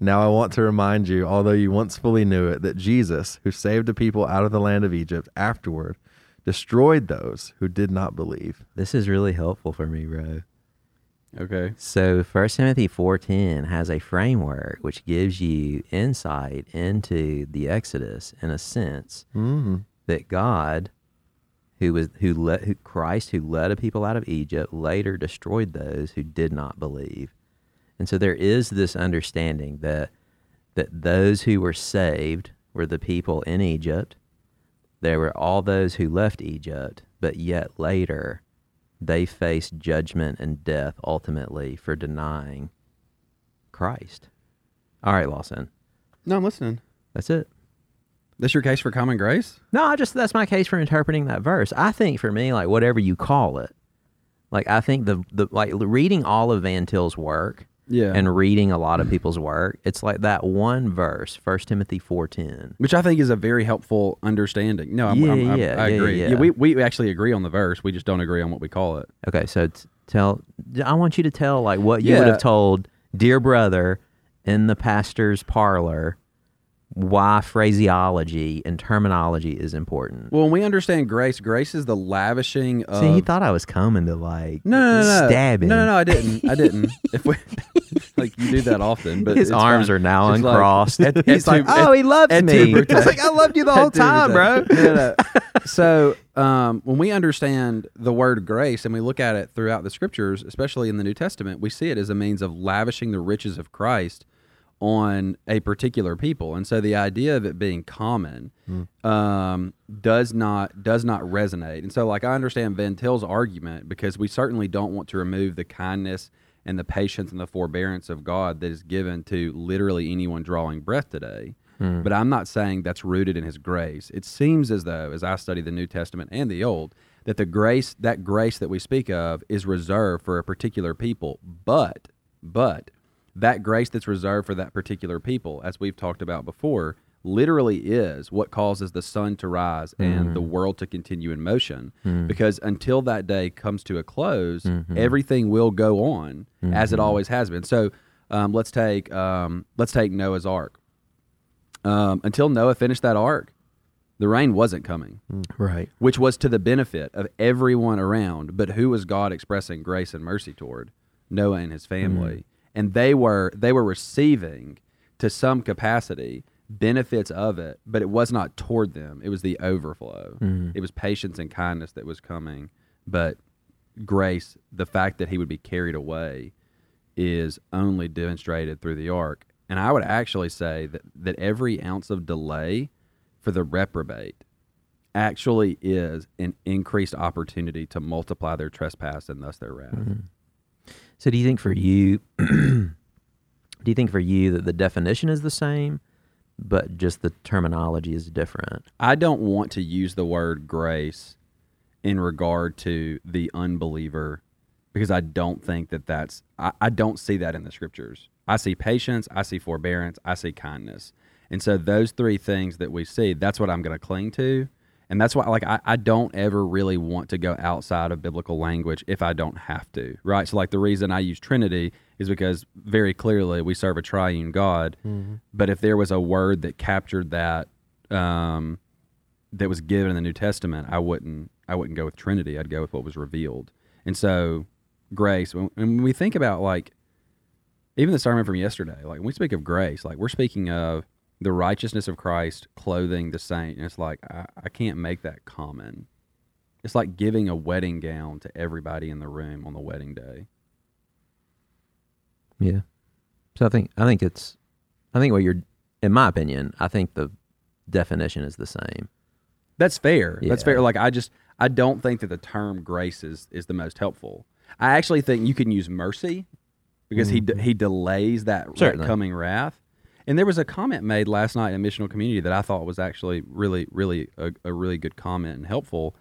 Speaker 3: Now I want to remind you, although you once fully knew it, that Jesus, who saved the people out of the land of Egypt, afterward destroyed those who did not believe.
Speaker 2: This is really helpful for me, bro.
Speaker 4: Okay.
Speaker 2: So First Timothy 4:10 has a framework which gives you insight into the Exodus in a sense
Speaker 3: Mm-hmm.
Speaker 2: that God who was who let who Christ who led a people out of Egypt later destroyed those who did not believe. And so there is this understanding that that those who were saved were the people in Egypt. There were all those who left Egypt, but yet later they faced judgment and death ultimately for denying Christ. All right, Lawson.
Speaker 4: No, I'm listening.
Speaker 2: That's it.
Speaker 4: That's your case for common grace?
Speaker 2: No, I just that's my case for interpreting that verse. I think for me, like whatever you call it, like I think the the like reading all of Van Til's work
Speaker 4: Yeah.
Speaker 2: and reading a lot of people's work, it's like that one verse, 1 Timothy four ten.
Speaker 4: which I think is a very helpful understanding. No, I'm,
Speaker 2: Yeah,
Speaker 4: I'm, I'm,
Speaker 2: yeah,
Speaker 4: I
Speaker 2: yeah,
Speaker 4: agree.
Speaker 2: yeah.
Speaker 4: we, we actually agree on the verse. We just don't agree on what we call it.
Speaker 2: Okay, so t- tell I want you to tell like what you would
Speaker 4: Yeah.
Speaker 2: have told dear brother in the pastor's parlor why phraseology and terminology is important.
Speaker 4: Well, when we understand grace, grace is the lavishing of.
Speaker 2: See, he thought I was coming to like
Speaker 4: Um, no, no, no, no.
Speaker 2: stabbing.
Speaker 4: No, no, no. I didn't. I didn't. if we like, you do that often, but
Speaker 2: His
Speaker 4: it's
Speaker 2: arms
Speaker 4: fine.
Speaker 2: are now
Speaker 4: It's like-
Speaker 2: uncrossed.
Speaker 4: at-
Speaker 2: He's
Speaker 4: at
Speaker 2: like,
Speaker 4: two-
Speaker 2: oh,
Speaker 4: at-
Speaker 2: he loves
Speaker 4: at
Speaker 2: me.
Speaker 4: two
Speaker 2: It's like, I loved you the whole
Speaker 4: Dude, it's
Speaker 2: time, bro.
Speaker 4: like- No, no, no. so um, when we understand the word grace and we look at it throughout the scriptures, especially in the New Testament, we see it as a means of lavishing the riches of Christ on a particular people. And so the idea of it being common um, does not does not resonate. And so like I understand Van Til's argument because we certainly don't want to remove the kindness and the patience and the forbearance of God that is given to literally anyone drawing breath today. But I'm not saying that's rooted in his grace. It seems as though, as I study the New Testament and the Old, that the grace, that grace that we speak of, is reserved for a particular people. But, but that grace that's reserved for that particular people, as we've talked about before, literally is what causes the sun to rise and the world to continue in motion. Because until that day comes to a close, everything will go on as it always has been. So um, let's take um, let's take Noah's Ark. Um, until Noah finished that ark, the rain wasn't coming,
Speaker 2: Right.
Speaker 4: which was to the benefit of everyone around. But who was God expressing grace and mercy toward? Noah and his family, and they were they were receiving to some capacity benefits of it, but it was not toward them. It was the overflow. It was patience and kindness that was coming, but grace, the fact that he would be carried away, is only demonstrated through the ark. And I would actually say that, that every ounce of delay for the reprobate actually is an increased opportunity to multiply their trespass and thus their wrath.
Speaker 2: So do you think for you do you think for you that the definition is the same, but just the terminology is different?
Speaker 4: I don't want to use the word grace in regard to the unbeliever because I don't think that that's, I, I don't see that in the scriptures. I see patience, I see forbearance, I see kindness. And so those three things that we see, that's what I'm going to cling to. And that's why, like, I, I don't ever really want to go outside of biblical language if I don't have to, right? So, like, the reason I use Trinity is because very clearly we serve a triune God. But if there was a word that captured that, um, that was given in the New Testament, I wouldn't I wouldn't go with Trinity. I'd go with what was revealed. And so, grace. When, when we think about like even the sermon from yesterday, like when we speak of grace, like we're speaking of the righteousness of Christ clothing the saint, and it's like I, I can't make that common. It's like giving a wedding gown to everybody in the room on the wedding day.
Speaker 2: Yeah. So I think I think it's I think what you're in my opinion, I think the definition is the same.
Speaker 4: That's fair. That's
Speaker 2: Yeah.
Speaker 4: fair. Like I just I don't think that the term grace is is the most helpful. I actually think you can use mercy because he de- he delays that ra-
Speaker 2: Mm-hmm. Certainly.
Speaker 4: coming wrath. And there was a comment made last night in missional community that I thought was actually really really a, a really good comment and helpful.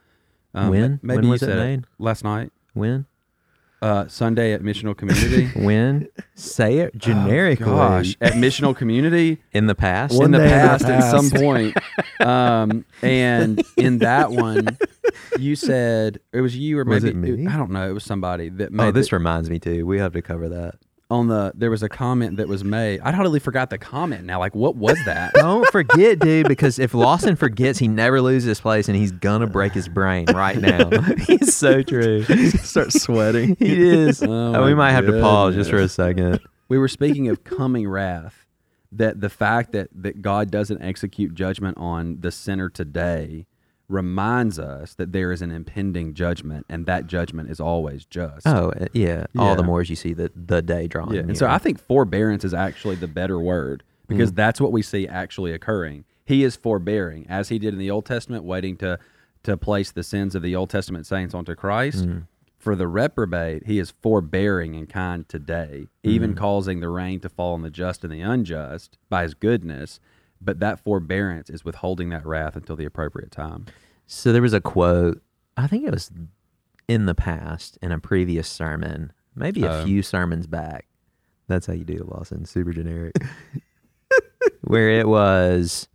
Speaker 2: When?
Speaker 4: ma- maybe
Speaker 2: When
Speaker 4: you
Speaker 2: was it
Speaker 4: said
Speaker 2: made?
Speaker 4: last night?
Speaker 2: When?
Speaker 4: Uh, Sunday at missional community.
Speaker 2: When? Say it generically.
Speaker 4: Oh, Gosh, at missional community.
Speaker 2: In the past.
Speaker 3: One
Speaker 4: in the
Speaker 3: day in the
Speaker 4: past, at some
Speaker 3: past.
Speaker 4: point. Um, and in that one, you said it was you or maybe
Speaker 3: Was it me?
Speaker 4: I don't know. It was somebody that made
Speaker 2: oh, this
Speaker 4: the-
Speaker 2: reminds me too. We have to cover that.
Speaker 4: on the. There was a comment that was made. I totally forgot the comment now. Like, what was that?
Speaker 2: Don't forget, dude, because if Lawson forgets, he never loses his place and he's gonna break his brain right now. he's so true.
Speaker 3: Start sweating.
Speaker 2: He is.
Speaker 4: Oh,
Speaker 2: Oh, we
Speaker 4: my
Speaker 2: might have to pause just for a second.
Speaker 4: we were speaking of coming wrath. That the fact that that God doesn't execute judgment on the sinner today reminds us that there is an impending judgment, and that judgment is always just.
Speaker 2: Oh uh, yeah, all the
Speaker 4: Yeah.
Speaker 2: more as you see the the day drawing.
Speaker 4: Yeah. And so I think forbearance is actually the better word because that's what we see actually occurring. He is forbearing, as he did in the Old Testament, waiting to to place the sins of the Old Testament saints onto Christ. For the reprobate, he is forbearing and kind today, even causing the rain to fall on the just and the unjust by his goodness. But that forbearance is withholding that wrath until the appropriate time.
Speaker 2: So there was a quote, I think it was in the past in a previous sermon, maybe a few sermons back. That's how you do it, Lawson. Super generic. Where it was,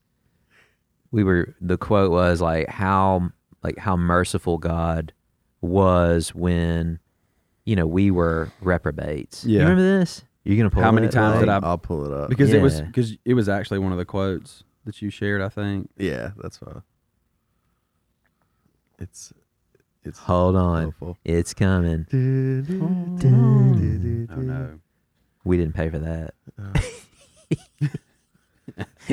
Speaker 2: we were, the quote was like, how, like, how merciful God was when, you know, we were reprobates. You
Speaker 3: Yeah.
Speaker 2: remember this? You're going to pull
Speaker 4: How many
Speaker 2: that,
Speaker 4: times
Speaker 2: like-
Speaker 4: did I-
Speaker 3: I'll pull it up.
Speaker 4: Because it was
Speaker 2: Yeah.
Speaker 4: because it was actually one of the quotes that you shared, I think.
Speaker 3: yeah, that's why. It's it's
Speaker 2: Hold on.
Speaker 3: helpful.
Speaker 2: It's coming.
Speaker 4: Oh no.
Speaker 2: We didn't pay for that.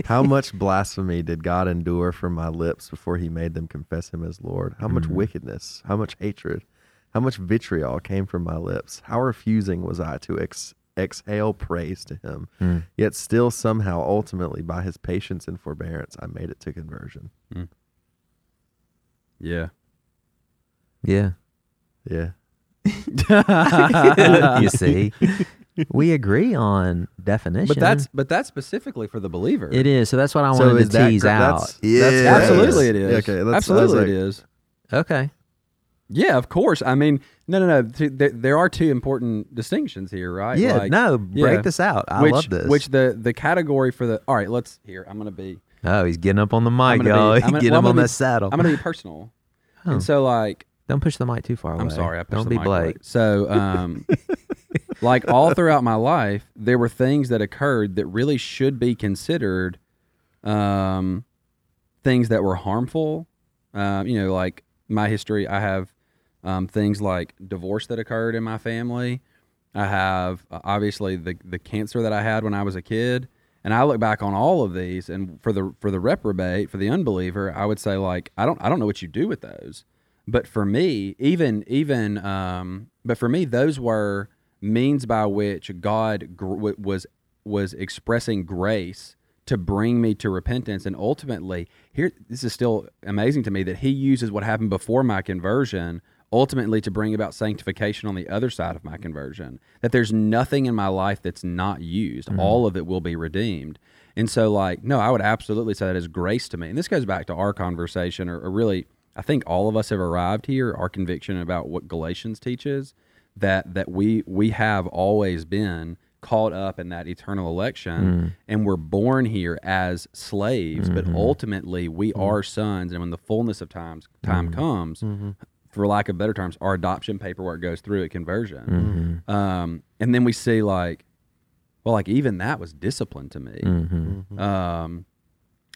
Speaker 3: How much blasphemy did God endure from my lips before he made them confess him as Lord? How much
Speaker 4: Mm-hmm.
Speaker 3: wickedness, how much hatred, how much vitriol came from my lips? How refusing was I to ex- exhale praise to him?
Speaker 4: Hmm.
Speaker 3: Yet still, somehow, ultimately, by his patience and forbearance, I made it to conversion.
Speaker 4: Yeah.
Speaker 2: Yeah.
Speaker 3: Yeah.
Speaker 2: you see, we agree on definition.
Speaker 4: But that's but that's specifically for the believer.
Speaker 2: it is. So that's what I
Speaker 3: So
Speaker 2: wanted
Speaker 3: is
Speaker 2: to
Speaker 3: that
Speaker 2: tease
Speaker 3: cor-
Speaker 2: out.
Speaker 3: that's- that's
Speaker 4: Yeah, absolutely
Speaker 3: Yeah.
Speaker 4: it is.
Speaker 3: Yeah, okay, that's- I was
Speaker 4: absolutely
Speaker 3: like-
Speaker 4: it is.
Speaker 2: okay.
Speaker 4: Yeah, of course. I mean, no, no, no. Th- there, there are two important distinctions here, right?
Speaker 2: Yeah.
Speaker 4: Like-
Speaker 2: no. Break
Speaker 4: yeah.
Speaker 2: this out. I
Speaker 4: which,
Speaker 2: love this.
Speaker 4: Which the the category for the all right. Let's here. I'm gonna be.
Speaker 2: oh, he's getting up on the mic,
Speaker 4: I'm gonna
Speaker 2: y'all.
Speaker 4: be.
Speaker 2: He's
Speaker 4: I'm gonna,
Speaker 2: getting
Speaker 4: well, I'm gonna
Speaker 2: up on
Speaker 4: be-
Speaker 2: that saddle.
Speaker 4: I'm gonna be personal.
Speaker 2: Oh.
Speaker 4: And so, like,
Speaker 2: Don't push the mic too far away.
Speaker 4: I'm sorry. I pushed
Speaker 2: Don't
Speaker 4: the
Speaker 2: be
Speaker 4: mic away.
Speaker 2: Blake.
Speaker 4: So, um, like all throughout my life, there were things that occurred that really should be considered um, things that were harmful. Um, you know, like my history, I have um, things like divorce that occurred in my family. I have uh, obviously the the cancer that I had when I was a kid, and I look back on all of these. And for the for the reprobate, for the unbeliever, I would say like I don't I don't know what you do with those. But for me, even even um, but for me, those were means by which God gr- w- was was expressing grace to bring me to repentance, and ultimately, here this is still amazing to me that He uses what happened before my conversion ultimately to bring about sanctification on the other side of my conversion. That there's nothing in my life that's not used; all of it will be redeemed. And so, like, no, I would absolutely say that is grace to me. And this goes back to our conversation, or, or really, I think all of us have arrived here. Our conviction about what Galatians teaches that that we we have always been caught up in that eternal election, and we're born here as slaves, but ultimately we are sons. And when the fullness of times time comes, for lack of better terms, our adoption paperwork goes through at conversion, um, and then we see like, well, like even that was discipline to
Speaker 2: Mm-hmm.
Speaker 4: me. Um,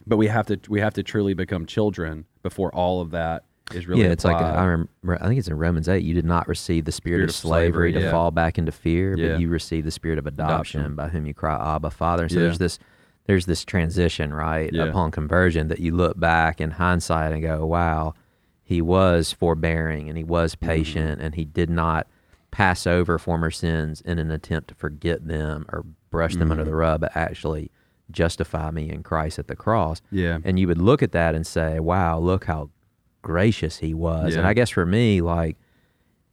Speaker 4: but we have to we have to truly become children before all of that is really.
Speaker 2: yeah, it's like
Speaker 4: applied.
Speaker 2: I remember. I think it's in Romans eight. You did not receive the spirit,
Speaker 4: Spirit
Speaker 2: of
Speaker 4: of
Speaker 2: slavery,
Speaker 4: slavery,
Speaker 2: to
Speaker 4: yeah.
Speaker 2: fall back into fear,
Speaker 4: Yeah.
Speaker 2: but you received the spirit of adoption,
Speaker 4: Adoption.
Speaker 2: by whom you cry, Abba, Father. And so
Speaker 4: Yeah.
Speaker 2: there's this, there's this transition, right,
Speaker 4: Yeah.
Speaker 2: upon conversion that you look back in hindsight and go, wow, he was forbearing and he was
Speaker 4: Mm-hmm.
Speaker 2: patient and he did not pass over former sins in an attempt to forget them or brush them
Speaker 4: Mm-hmm.
Speaker 2: under the rug, but actually justify me in Christ at the cross.
Speaker 4: Yeah.
Speaker 2: And you would look at that and say, wow, look how gracious he was. And
Speaker 4: Yeah.
Speaker 2: I guess for me, like,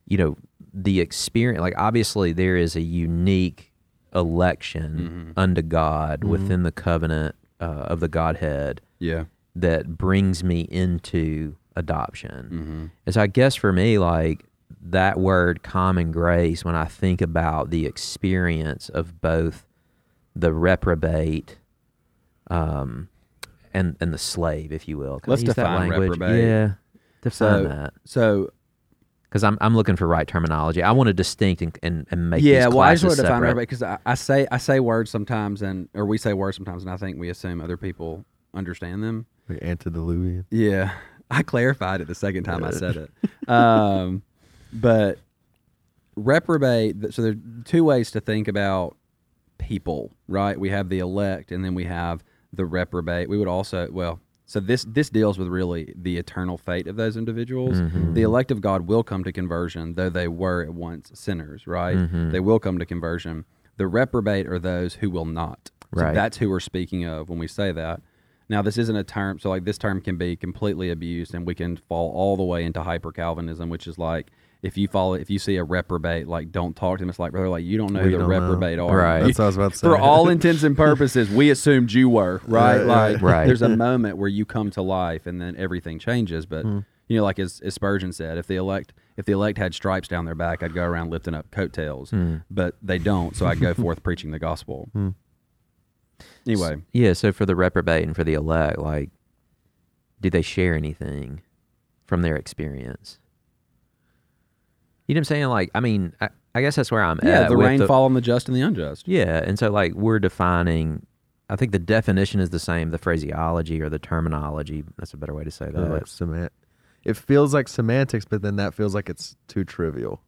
Speaker 2: you know, the experience, like, obviously there is a unique election
Speaker 4: Mm-hmm.
Speaker 2: unto God within the covenant uh, of the Godhead
Speaker 4: yeah.
Speaker 2: that brings me into adoption.
Speaker 4: Mm-hmm.
Speaker 2: And so I guess for me, like that word common grace, when I think about the experience of both the reprobate um, and and the slave, if you will. Can I
Speaker 4: Let's
Speaker 2: use that
Speaker 4: define
Speaker 2: language?
Speaker 4: reprobate.
Speaker 2: Yeah. Define
Speaker 4: So-
Speaker 2: that.
Speaker 4: So
Speaker 2: Because I'm, I'm looking for right terminology. I want to distinct and, and, and make
Speaker 4: yeah,
Speaker 2: these
Speaker 4: well, I just
Speaker 2: classes
Speaker 4: want to define
Speaker 2: separate.
Speaker 4: reprobate because I, I say I say words sometimes, and or we say words sometimes, and I think we assume other people understand them.
Speaker 3: Like antediluvian.
Speaker 4: Yeah, I clarified it the second time I said it. Um, but reprobate. th- So there are two ways to think about people, right? We have the elect, and then we have the reprobate. We would also, well, So this this deals with really the eternal fate of those individuals.
Speaker 3: Mm-hmm.
Speaker 4: The elect of God will come to conversion, though they were at once sinners. Right?
Speaker 3: Mm-hmm.
Speaker 4: They will come to conversion. The reprobate are those who will not. So
Speaker 2: Right.
Speaker 4: That's who we're speaking of when we say that. Now, this isn't a term, so like this term can be completely abused, and we can fall all the way into hyper Calvinism, which is like if you follow, if you see a reprobate, like don't talk to them. It's like brother, like you don't know
Speaker 3: We
Speaker 4: who the
Speaker 3: don't know.
Speaker 4: reprobate are.
Speaker 2: Right.
Speaker 3: That's what I was about to say.
Speaker 4: For all intents and purposes, we assumed you were right. Like
Speaker 2: Right.
Speaker 4: there's a moment where you come to life, and then everything changes. But you know, like as, as Spurgeon said, if the elect if the elect had stripes down their back, I'd go around lifting up coattails. But they don't, so I go forth preaching the gospel. Anyway,
Speaker 2: Yeah, so for the reprobate and for the elect, like, do they share anything from their experience? You know what I'm saying? Like, I mean, I, I guess that's where I'm at.
Speaker 4: yeah, the
Speaker 2: with
Speaker 4: rain fall on the just and the unjust.
Speaker 2: Yeah, and so like we're defining. I think the definition is the same, the phraseology or the terminology. That's a better way to say that.
Speaker 3: They're like semant- it feels like semantics, but then that feels like it's too trivial.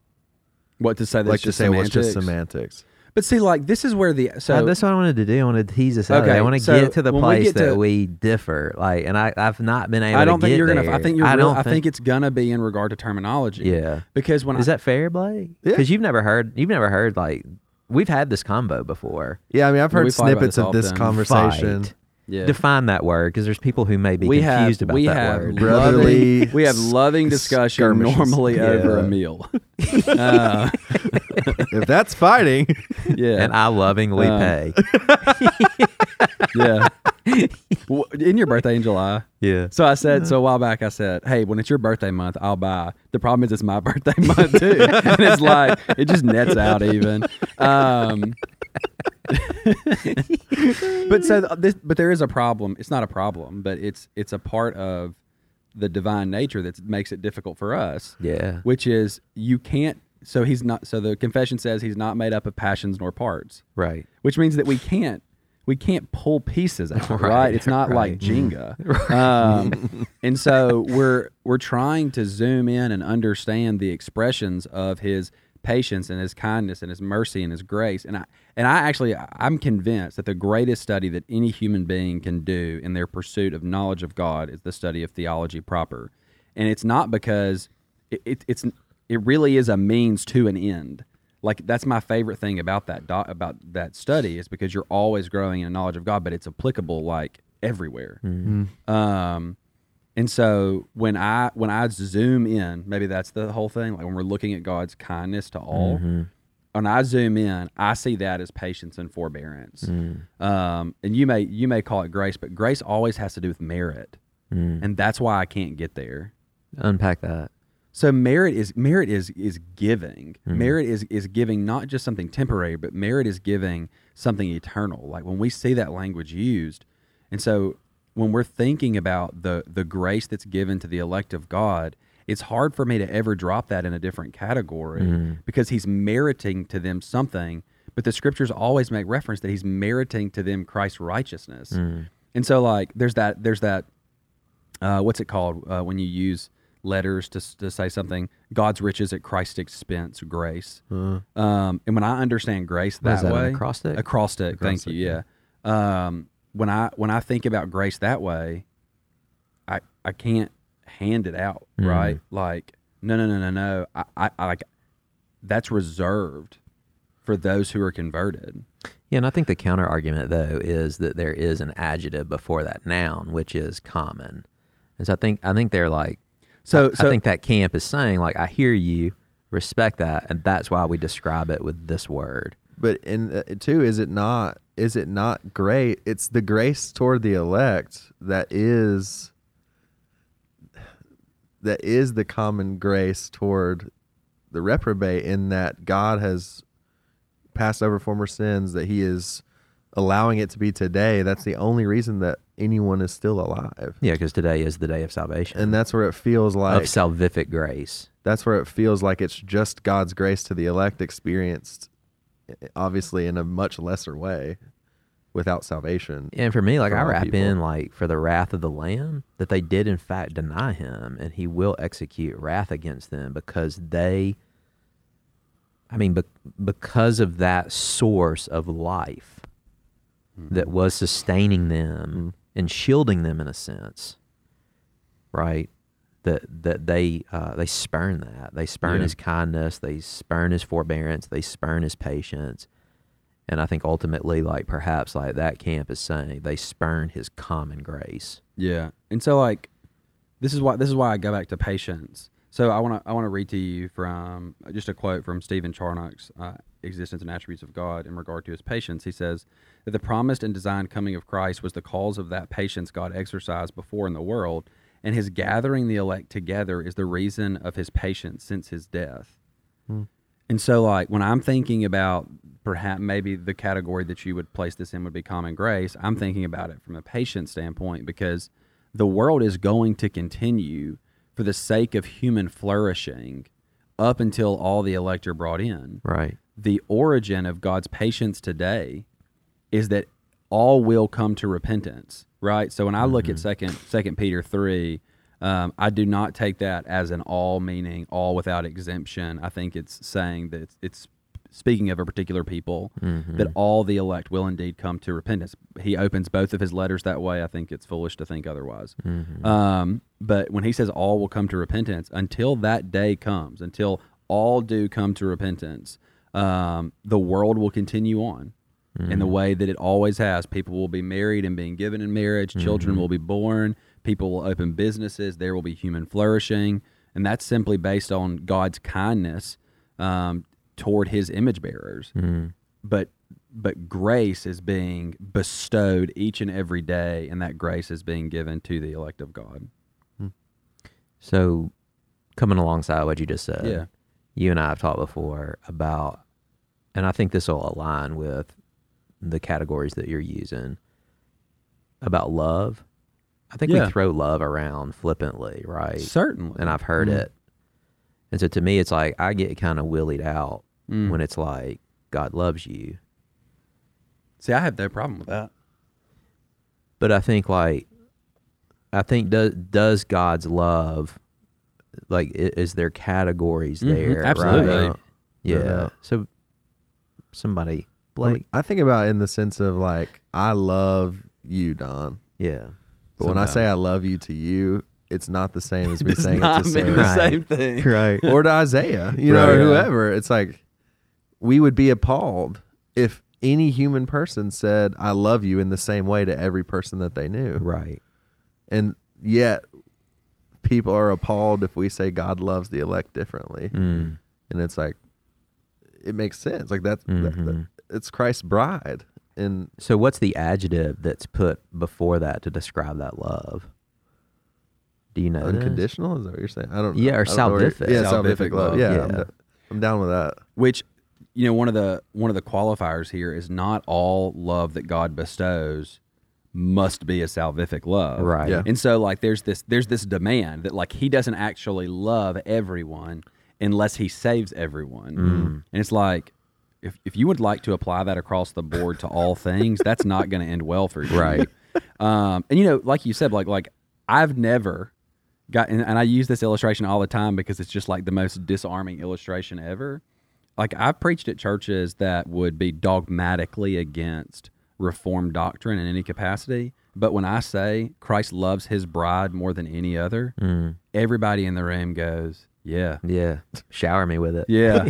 Speaker 4: What to say? That's
Speaker 3: like to
Speaker 4: just
Speaker 3: say what's
Speaker 4: semantics.
Speaker 3: just semantics.
Speaker 4: But see, like this is where the so
Speaker 2: Uh, that's what I wanted to do. I wanted to tease us out.
Speaker 4: Okay,
Speaker 2: I want to
Speaker 4: so
Speaker 2: get to the
Speaker 4: when we
Speaker 2: place
Speaker 4: get to-
Speaker 2: that we differ. Like, and I, I've not been able.
Speaker 4: I don't
Speaker 2: to
Speaker 4: think
Speaker 2: get
Speaker 4: you're gonna.
Speaker 2: there.
Speaker 4: I think you're.
Speaker 2: I
Speaker 4: real-
Speaker 2: don't
Speaker 4: I think it's gonna be in regard to terminology.
Speaker 2: Yeah.
Speaker 4: Because when
Speaker 2: Is
Speaker 4: I,
Speaker 2: that fair, Blake?
Speaker 3: Yeah.
Speaker 2: Because you've never heard. You've never heard like we've had this combo before.
Speaker 3: Yeah, I mean, I've
Speaker 4: Yeah, we
Speaker 3: heard
Speaker 4: fight about
Speaker 3: snippets
Speaker 4: this
Speaker 3: of this
Speaker 4: often.
Speaker 3: conversation.
Speaker 2: Fight.
Speaker 4: yeah.
Speaker 2: Define that word because there's people who may be
Speaker 4: we have
Speaker 2: confused about
Speaker 4: we
Speaker 2: that
Speaker 4: have
Speaker 2: word.
Speaker 3: Brotherly
Speaker 4: loving, we have loving discussion
Speaker 3: skirmishes.
Speaker 4: normally
Speaker 3: Yeah.
Speaker 4: over a meal. Uh,
Speaker 3: if that's fighting,
Speaker 4: yeah.
Speaker 2: and I lovingly
Speaker 4: Um,
Speaker 2: pay.
Speaker 4: yeah. W- In your birthday in July.
Speaker 2: Yeah.
Speaker 4: So I said, so a while back, I said, hey, when it's your birthday month, I'll buy. The problem is it's my birthday month too. and it's like, it just nets out even. Um, but so th- this, but there is a problem. It's not a problem, but it's, it's a part of the divine nature that makes it difficult for us
Speaker 2: Yeah.
Speaker 4: which is you can't so he's not so the confession says he's not made up of passions nor parts
Speaker 2: Right.
Speaker 4: which means that we can't we can't pull pieces out right,
Speaker 2: Right,
Speaker 4: it's not like jenga um, and so we're we're trying to zoom in and understand the expressions of his patience and his kindness and his mercy and his grace and i and i actually i'm convinced that the greatest study that any human being can do in their pursuit of knowledge of god is the study of theology proper and it's not because it, it, it's it really is a means to an end. Like that's my favorite thing about that doc, about that study is because you're always growing in a knowledge of God, but it's applicable like everywhere. Um, and so when I when I zoom in, maybe that's the whole thing. Like when we're looking at God's kindness to all, when I zoom in, I see that as patience and forbearance. Um, and you may you may call it grace, but grace always has to do with merit, and that's why I can't get there.
Speaker 2: Unpack that.
Speaker 4: So merit is merit is is giving. Merit is is giving not just something temporary, but merit is giving something eternal. Like when we see that language used, and so when we're thinking about the the grace that's given to the elect of God, it's hard for me to ever drop that in a different category because he's meriting to them something, but the scriptures always make reference that he's meriting to them Christ's righteousness. And so like there's that there's that uh, what's it called uh, when you use letters to, s- to say something god's riches at christ's expense grace um, and when i understand grace that,
Speaker 2: Uh-huh. is that, an
Speaker 4: way
Speaker 2: acrostic?
Speaker 4: acrostic, thank you yeah, Um, when i when i think about grace that way i i can't hand it out
Speaker 2: Mm.
Speaker 4: right like no no no no no I, I i like that's reserved for those who are converted
Speaker 2: Yeah, and I think the counter argument though is that there is an adjective before that noun, which is common. And so I think I think they're like
Speaker 4: so
Speaker 2: I
Speaker 4: so
Speaker 2: think that camp is saying like I hear you, respect that, and that's why we describe it with this word.
Speaker 3: but in uh, too, is it not? Is it not great? It's the grace toward the elect that is that is the common grace toward the reprobate in that God has passed over former sins that he is allowing it to be today that's the only reason that anyone is still alive
Speaker 2: Yeah, because today is the day of salvation
Speaker 3: and that's where it feels like
Speaker 2: of salvific grace.
Speaker 3: that's where it feels like it's just God's grace to the elect experienced obviously in a much lesser way without salvation.
Speaker 2: And for me, like
Speaker 3: For
Speaker 2: I
Speaker 3: all
Speaker 2: wrap
Speaker 3: people.
Speaker 2: in like for the wrath of the Lamb that they did in fact deny him, and he will execute wrath against them because they. I mean, bec because of that source of life that was sustaining them and shielding them in a sense, right? That that they uh, they spurn that they spurn
Speaker 4: Yeah.
Speaker 2: his kindness, they spurn his forbearance, they spurn his patience, and I think ultimately, like perhaps like that camp is saying, they spurn his common grace.
Speaker 4: Yeah, and so like, this is why this is why I go back to patience. So I want to I want to read to you from uh, just a quote from Stephen Charnock's uh, "Existence and Attributes of God" in regard to his patience. He says that the promised and designed coming of Christ was the cause of that patience God exercised before in the world, and His gathering the elect together is the reason of His patience since His death. And so, like, when I'm thinking about perhaps maybe the category that you would place this in would be common grace, I'm thinking about it from a patient standpoint because the world is going to continue for the sake of human flourishing up until all the elect are brought in.
Speaker 2: Right.
Speaker 4: The origin of God's patience today is that all will come to repentance, right? So when I look at second Second Peter three, um, I do not take that as an all meaning all without exemption. I think it's saying that it's, it's speaking of a particular people that all the elect will indeed come to repentance. He opens both of his letters that way. I think it's foolish to think otherwise. Um, but when he says all will come to repentance, until that day comes, until all do come to repentance, um, the world will continue on in the way that it always has. People will be married and being given in marriage. Children will be born. People will open businesses. There will be human flourishing. And that's simply based on God's kindness um, toward his image bearers. But but grace is being bestowed each and every day, and that grace is being given to the elect of God.
Speaker 2: So, coming alongside what you just said,
Speaker 4: Yeah.
Speaker 2: you and I have talked before about, and I think this will align with the categories that you're using about love. I think
Speaker 4: Yeah.
Speaker 2: we throw love around flippantly, right?
Speaker 4: Certainly.
Speaker 2: and I've
Speaker 4: Mm-hmm.
Speaker 2: heard it. And so to me, it's like I get kind of willied out
Speaker 4: Mm.
Speaker 2: when it's like God loves you,
Speaker 4: See, I have no problem with that.
Speaker 2: but I think like I think does does God's love like i- is there categories there? right?
Speaker 4: Mm-hmm. absolutely.
Speaker 2: Yeah.
Speaker 3: Yeah.
Speaker 2: So somebody Blake.
Speaker 3: I think about it in the sense of like I love you, Don.
Speaker 2: Yeah.
Speaker 3: But when I say I love you to you, it's not the same as me saying it
Speaker 4: I
Speaker 3: to
Speaker 4: mean,
Speaker 3: Sarah.
Speaker 4: the
Speaker 2: Right.
Speaker 4: same thing.
Speaker 3: right or to isaiah you know
Speaker 4: Right.
Speaker 3: or whoever it's like we would be appalled if any human person said i love you in the same way to every person that they knew
Speaker 2: Right.
Speaker 3: and yet people are appalled if we say god loves the elect differently and it's like it makes sense like that's that- that- it's christ's bride and
Speaker 2: So what's the adjective that's put before that to describe that love? Do you know this?
Speaker 3: unconditional is that what you're saying i don't know
Speaker 2: Yeah, or
Speaker 3: I don't know where-
Speaker 2: salvific.
Speaker 3: yeah
Speaker 4: Salvific
Speaker 3: salvific, love,
Speaker 4: love,
Speaker 3: yeah, I'm,
Speaker 2: yeah.
Speaker 3: d- I'm down with that
Speaker 4: which you know one of the one of the qualifiers here is not all love that god bestows must be a salvific love
Speaker 2: Right.
Speaker 3: Yeah.
Speaker 4: and so like there's this there's this demand that like he doesn't actually love everyone unless he saves everyone and it's like if, if you would like to apply that across the board to all things that's not going to end well for you right um, and you know like you said like like i've never got and, and I use this illustration all the time because it's just like the most disarming illustration ever. Like I've preached at churches that would be dogmatically against reformed doctrine in any capacity, but when I say Christ loves his bride more than any other, everybody in the room goes, "Yeah."
Speaker 2: Yeah. Shower me with it.
Speaker 4: Yeah.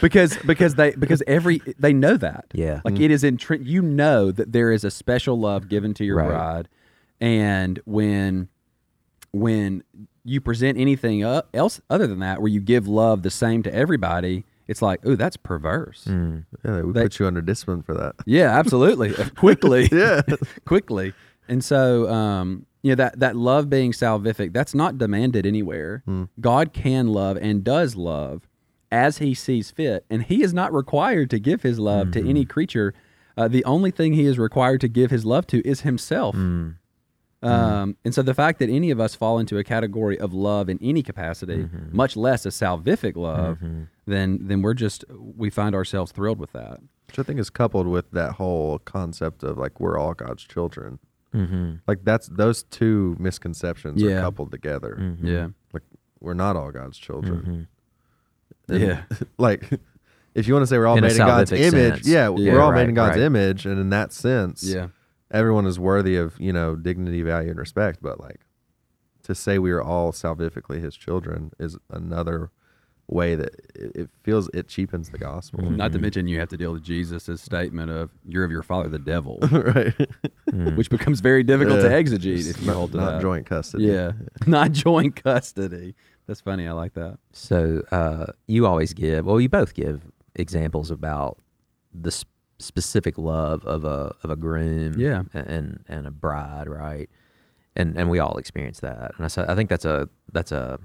Speaker 4: because because they because every they know that.
Speaker 2: Yeah. Mm-hmm.
Speaker 4: Like it is intrin- you know that there is a special love given to your
Speaker 2: Right.
Speaker 4: bride and when when you present anything up, else other than that where you give love the same to everybody, it's like, "Oh, that's perverse."
Speaker 3: yeah we
Speaker 4: They-
Speaker 3: put you under discipline for that
Speaker 4: Yeah, absolutely. quickly. Yeah. quickly. And so um you know that that love being salvific, that's not demanded anywhere. God can love and does love as he sees fit, and he is not required to give his love to any creature. Uh, the only thing he is required to give his love to is himself. Um, and so the fact that any of us fall into a category of love in any capacity, much less a salvific love, then then we're just we find ourselves thrilled with that.
Speaker 3: which I think is coupled with that whole concept of like we're all God's children. Mm-hmm. Like that's those two misconceptions
Speaker 4: Yeah.
Speaker 3: are coupled together.
Speaker 4: Yeah.
Speaker 3: Like we're not all God's children. Mm-hmm.
Speaker 4: Yeah.
Speaker 3: Like if you want to say we're all
Speaker 2: In a
Speaker 3: made in God's
Speaker 2: salvific
Speaker 3: image,
Speaker 2: sense.
Speaker 3: yeah,
Speaker 2: Yeah,
Speaker 3: we're all
Speaker 2: right,
Speaker 3: made in God's
Speaker 2: right.
Speaker 3: image, and in that sense,
Speaker 4: Yeah.
Speaker 3: everyone is worthy of you know dignity, value, and respect. But like to say we are all salvifically His children is another way that it, it feels it cheapens the gospel.
Speaker 4: Mm-hmm.
Speaker 2: Mm-hmm.
Speaker 4: Not to mention, you have to deal with Jesus' statement of "You're of your father, the devil,"
Speaker 3: right?
Speaker 2: Mm-hmm.
Speaker 4: which becomes very difficult to
Speaker 3: Yeah.
Speaker 4: exegete if you
Speaker 3: not,
Speaker 4: hold to
Speaker 3: not
Speaker 4: that.
Speaker 3: joint custody.
Speaker 4: yeah, not joint custody. That's funny. I like that.
Speaker 2: So uh, you always give, well, you both give examples about the s specific love of a of a groom,
Speaker 4: Yeah.
Speaker 2: a- and and a bride, right? And and we all experience that, and I so I think that's a that's a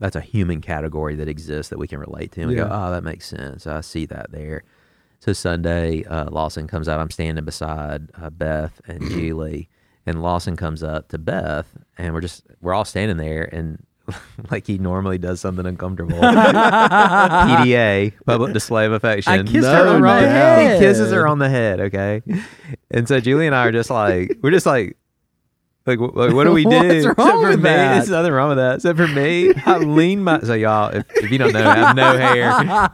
Speaker 2: that's a human category that exists that we can relate to. And We go,
Speaker 4: Yeah.
Speaker 2: oh, that makes sense. I see that there. So Sunday, uh, Lawson comes up. I'm standing beside uh, Beth and Julie, and Lawson comes up to Beth, and we're just we're all standing there, and like he normally does something uncomfortable. PDA, public display of affection.
Speaker 4: I kissed her on the
Speaker 2: doubt.
Speaker 4: head.
Speaker 2: He kisses her on the head. Okay, and so Julie and I are just like we're just like. Like, wh- like, what do we do?
Speaker 4: What's wrong
Speaker 2: Except for
Speaker 4: with
Speaker 2: me,
Speaker 4: that?
Speaker 2: There's nothing wrong with that. Except for me, I lean my so y'all. If, if you don't know, I have no hair.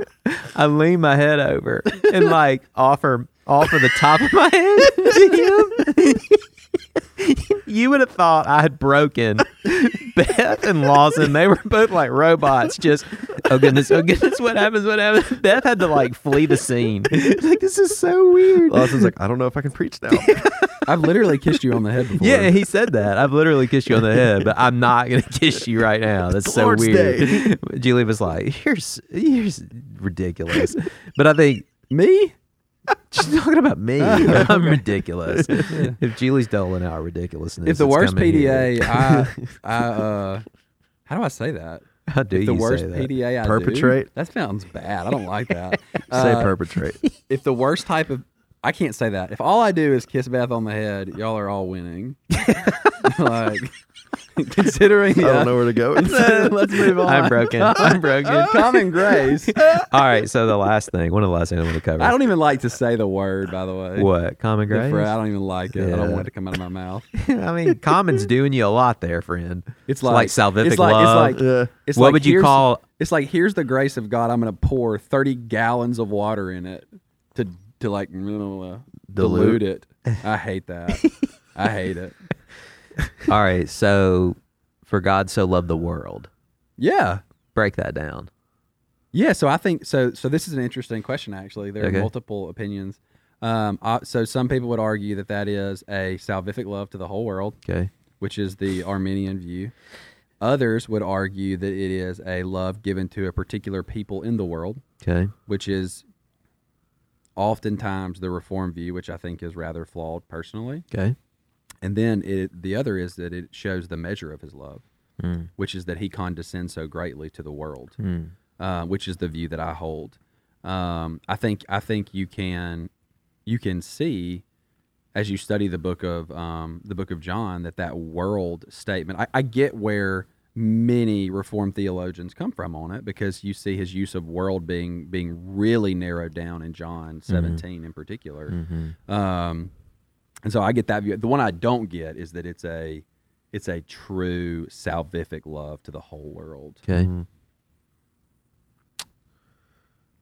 Speaker 2: I lean my head over and like offer offer the top of my head to him. you would have thought I had broken Beth and Lawson. They were both like robots, just oh goodness, oh goodness, what happens, what happens? Beth had to like flee the scene. It's like this is so weird.
Speaker 3: Lawson's like, I don't know if I can preach now.
Speaker 4: I've literally kissed you on the head before.
Speaker 2: Yeah, he said that. I've literally kissed you on the head, but I'm not gonna kiss you right now. That's so
Speaker 3: Lord's
Speaker 2: weird. Julie was like, "You're s- you're s- ridiculous," but I think
Speaker 4: me.
Speaker 2: she's talking about me. I'm ridiculous. If Julie's doling out ridiculousness,
Speaker 4: If the
Speaker 2: it's
Speaker 4: worst
Speaker 2: coming
Speaker 4: PDA,
Speaker 2: here.
Speaker 4: I, I, uh, how do I say that?
Speaker 2: how do
Speaker 4: If the
Speaker 2: you
Speaker 4: worst
Speaker 2: say that?
Speaker 4: PDA I do-
Speaker 3: Perpetrate?
Speaker 4: that sounds bad. I don't like that.
Speaker 3: Say
Speaker 4: Uh,
Speaker 3: perpetrate.
Speaker 4: if the worst type of I can't say that. If all I do is kiss Beth on the head, y'all are all winning. like considering
Speaker 3: I
Speaker 4: the
Speaker 3: don't know where to go. with that.
Speaker 4: let's move on.
Speaker 2: I'm broken. I'm broken.
Speaker 4: Common grace.
Speaker 2: All right. So the last thing, one of the last things I want to cover.
Speaker 4: I don't even like to say the word, by the way.
Speaker 2: what common
Speaker 4: The
Speaker 2: grace?
Speaker 4: phrase, I don't even like it. I don't
Speaker 2: Yeah.
Speaker 4: want it to come out of my mouth.
Speaker 2: I mean, common's doing you a lot there, friend.
Speaker 4: It's
Speaker 2: like,
Speaker 4: like-
Speaker 2: salvific
Speaker 4: it's like- it's
Speaker 2: love.
Speaker 4: like-
Speaker 3: yeah.
Speaker 4: It's
Speaker 2: What
Speaker 4: like,
Speaker 2: would you
Speaker 4: here's-
Speaker 2: call-
Speaker 4: It's like here's the grace of God. I'm going to pour 30 gallons of water in it to to like you know, uh, dilute
Speaker 3: Dilute.
Speaker 4: it. I hate that. I hate it.
Speaker 2: All right. So, for God so loved the world.
Speaker 4: Yeah.
Speaker 2: Break that down.
Speaker 4: Yeah, so I think so. So this is an interesting question. Actually, there
Speaker 2: Okay.
Speaker 4: are multiple opinions. Um, uh, so some people would argue that that is a salvific love to the whole world,
Speaker 2: Okay.
Speaker 4: which is the Armenian view. Others would argue that it is a love given to a particular people in the world,
Speaker 2: Okay.
Speaker 4: which is oftentimes the Reform view, which I think is rather flawed personally.
Speaker 2: Okay.
Speaker 4: And then it, the other is that it shows the measure of his love, which is that he condescends so greatly to the world, uh, which is the view that I hold. Um, I think I think you can you can see as you study the book of um, the book of John that that world statement. I, I get where many Reformed theologians come from on it because you see his use of world being being really narrowed down in John 17 in particular. Um, and so I get that view. The one I don't get is that it's a it's a true salvific love to the whole world.
Speaker 2: Okay.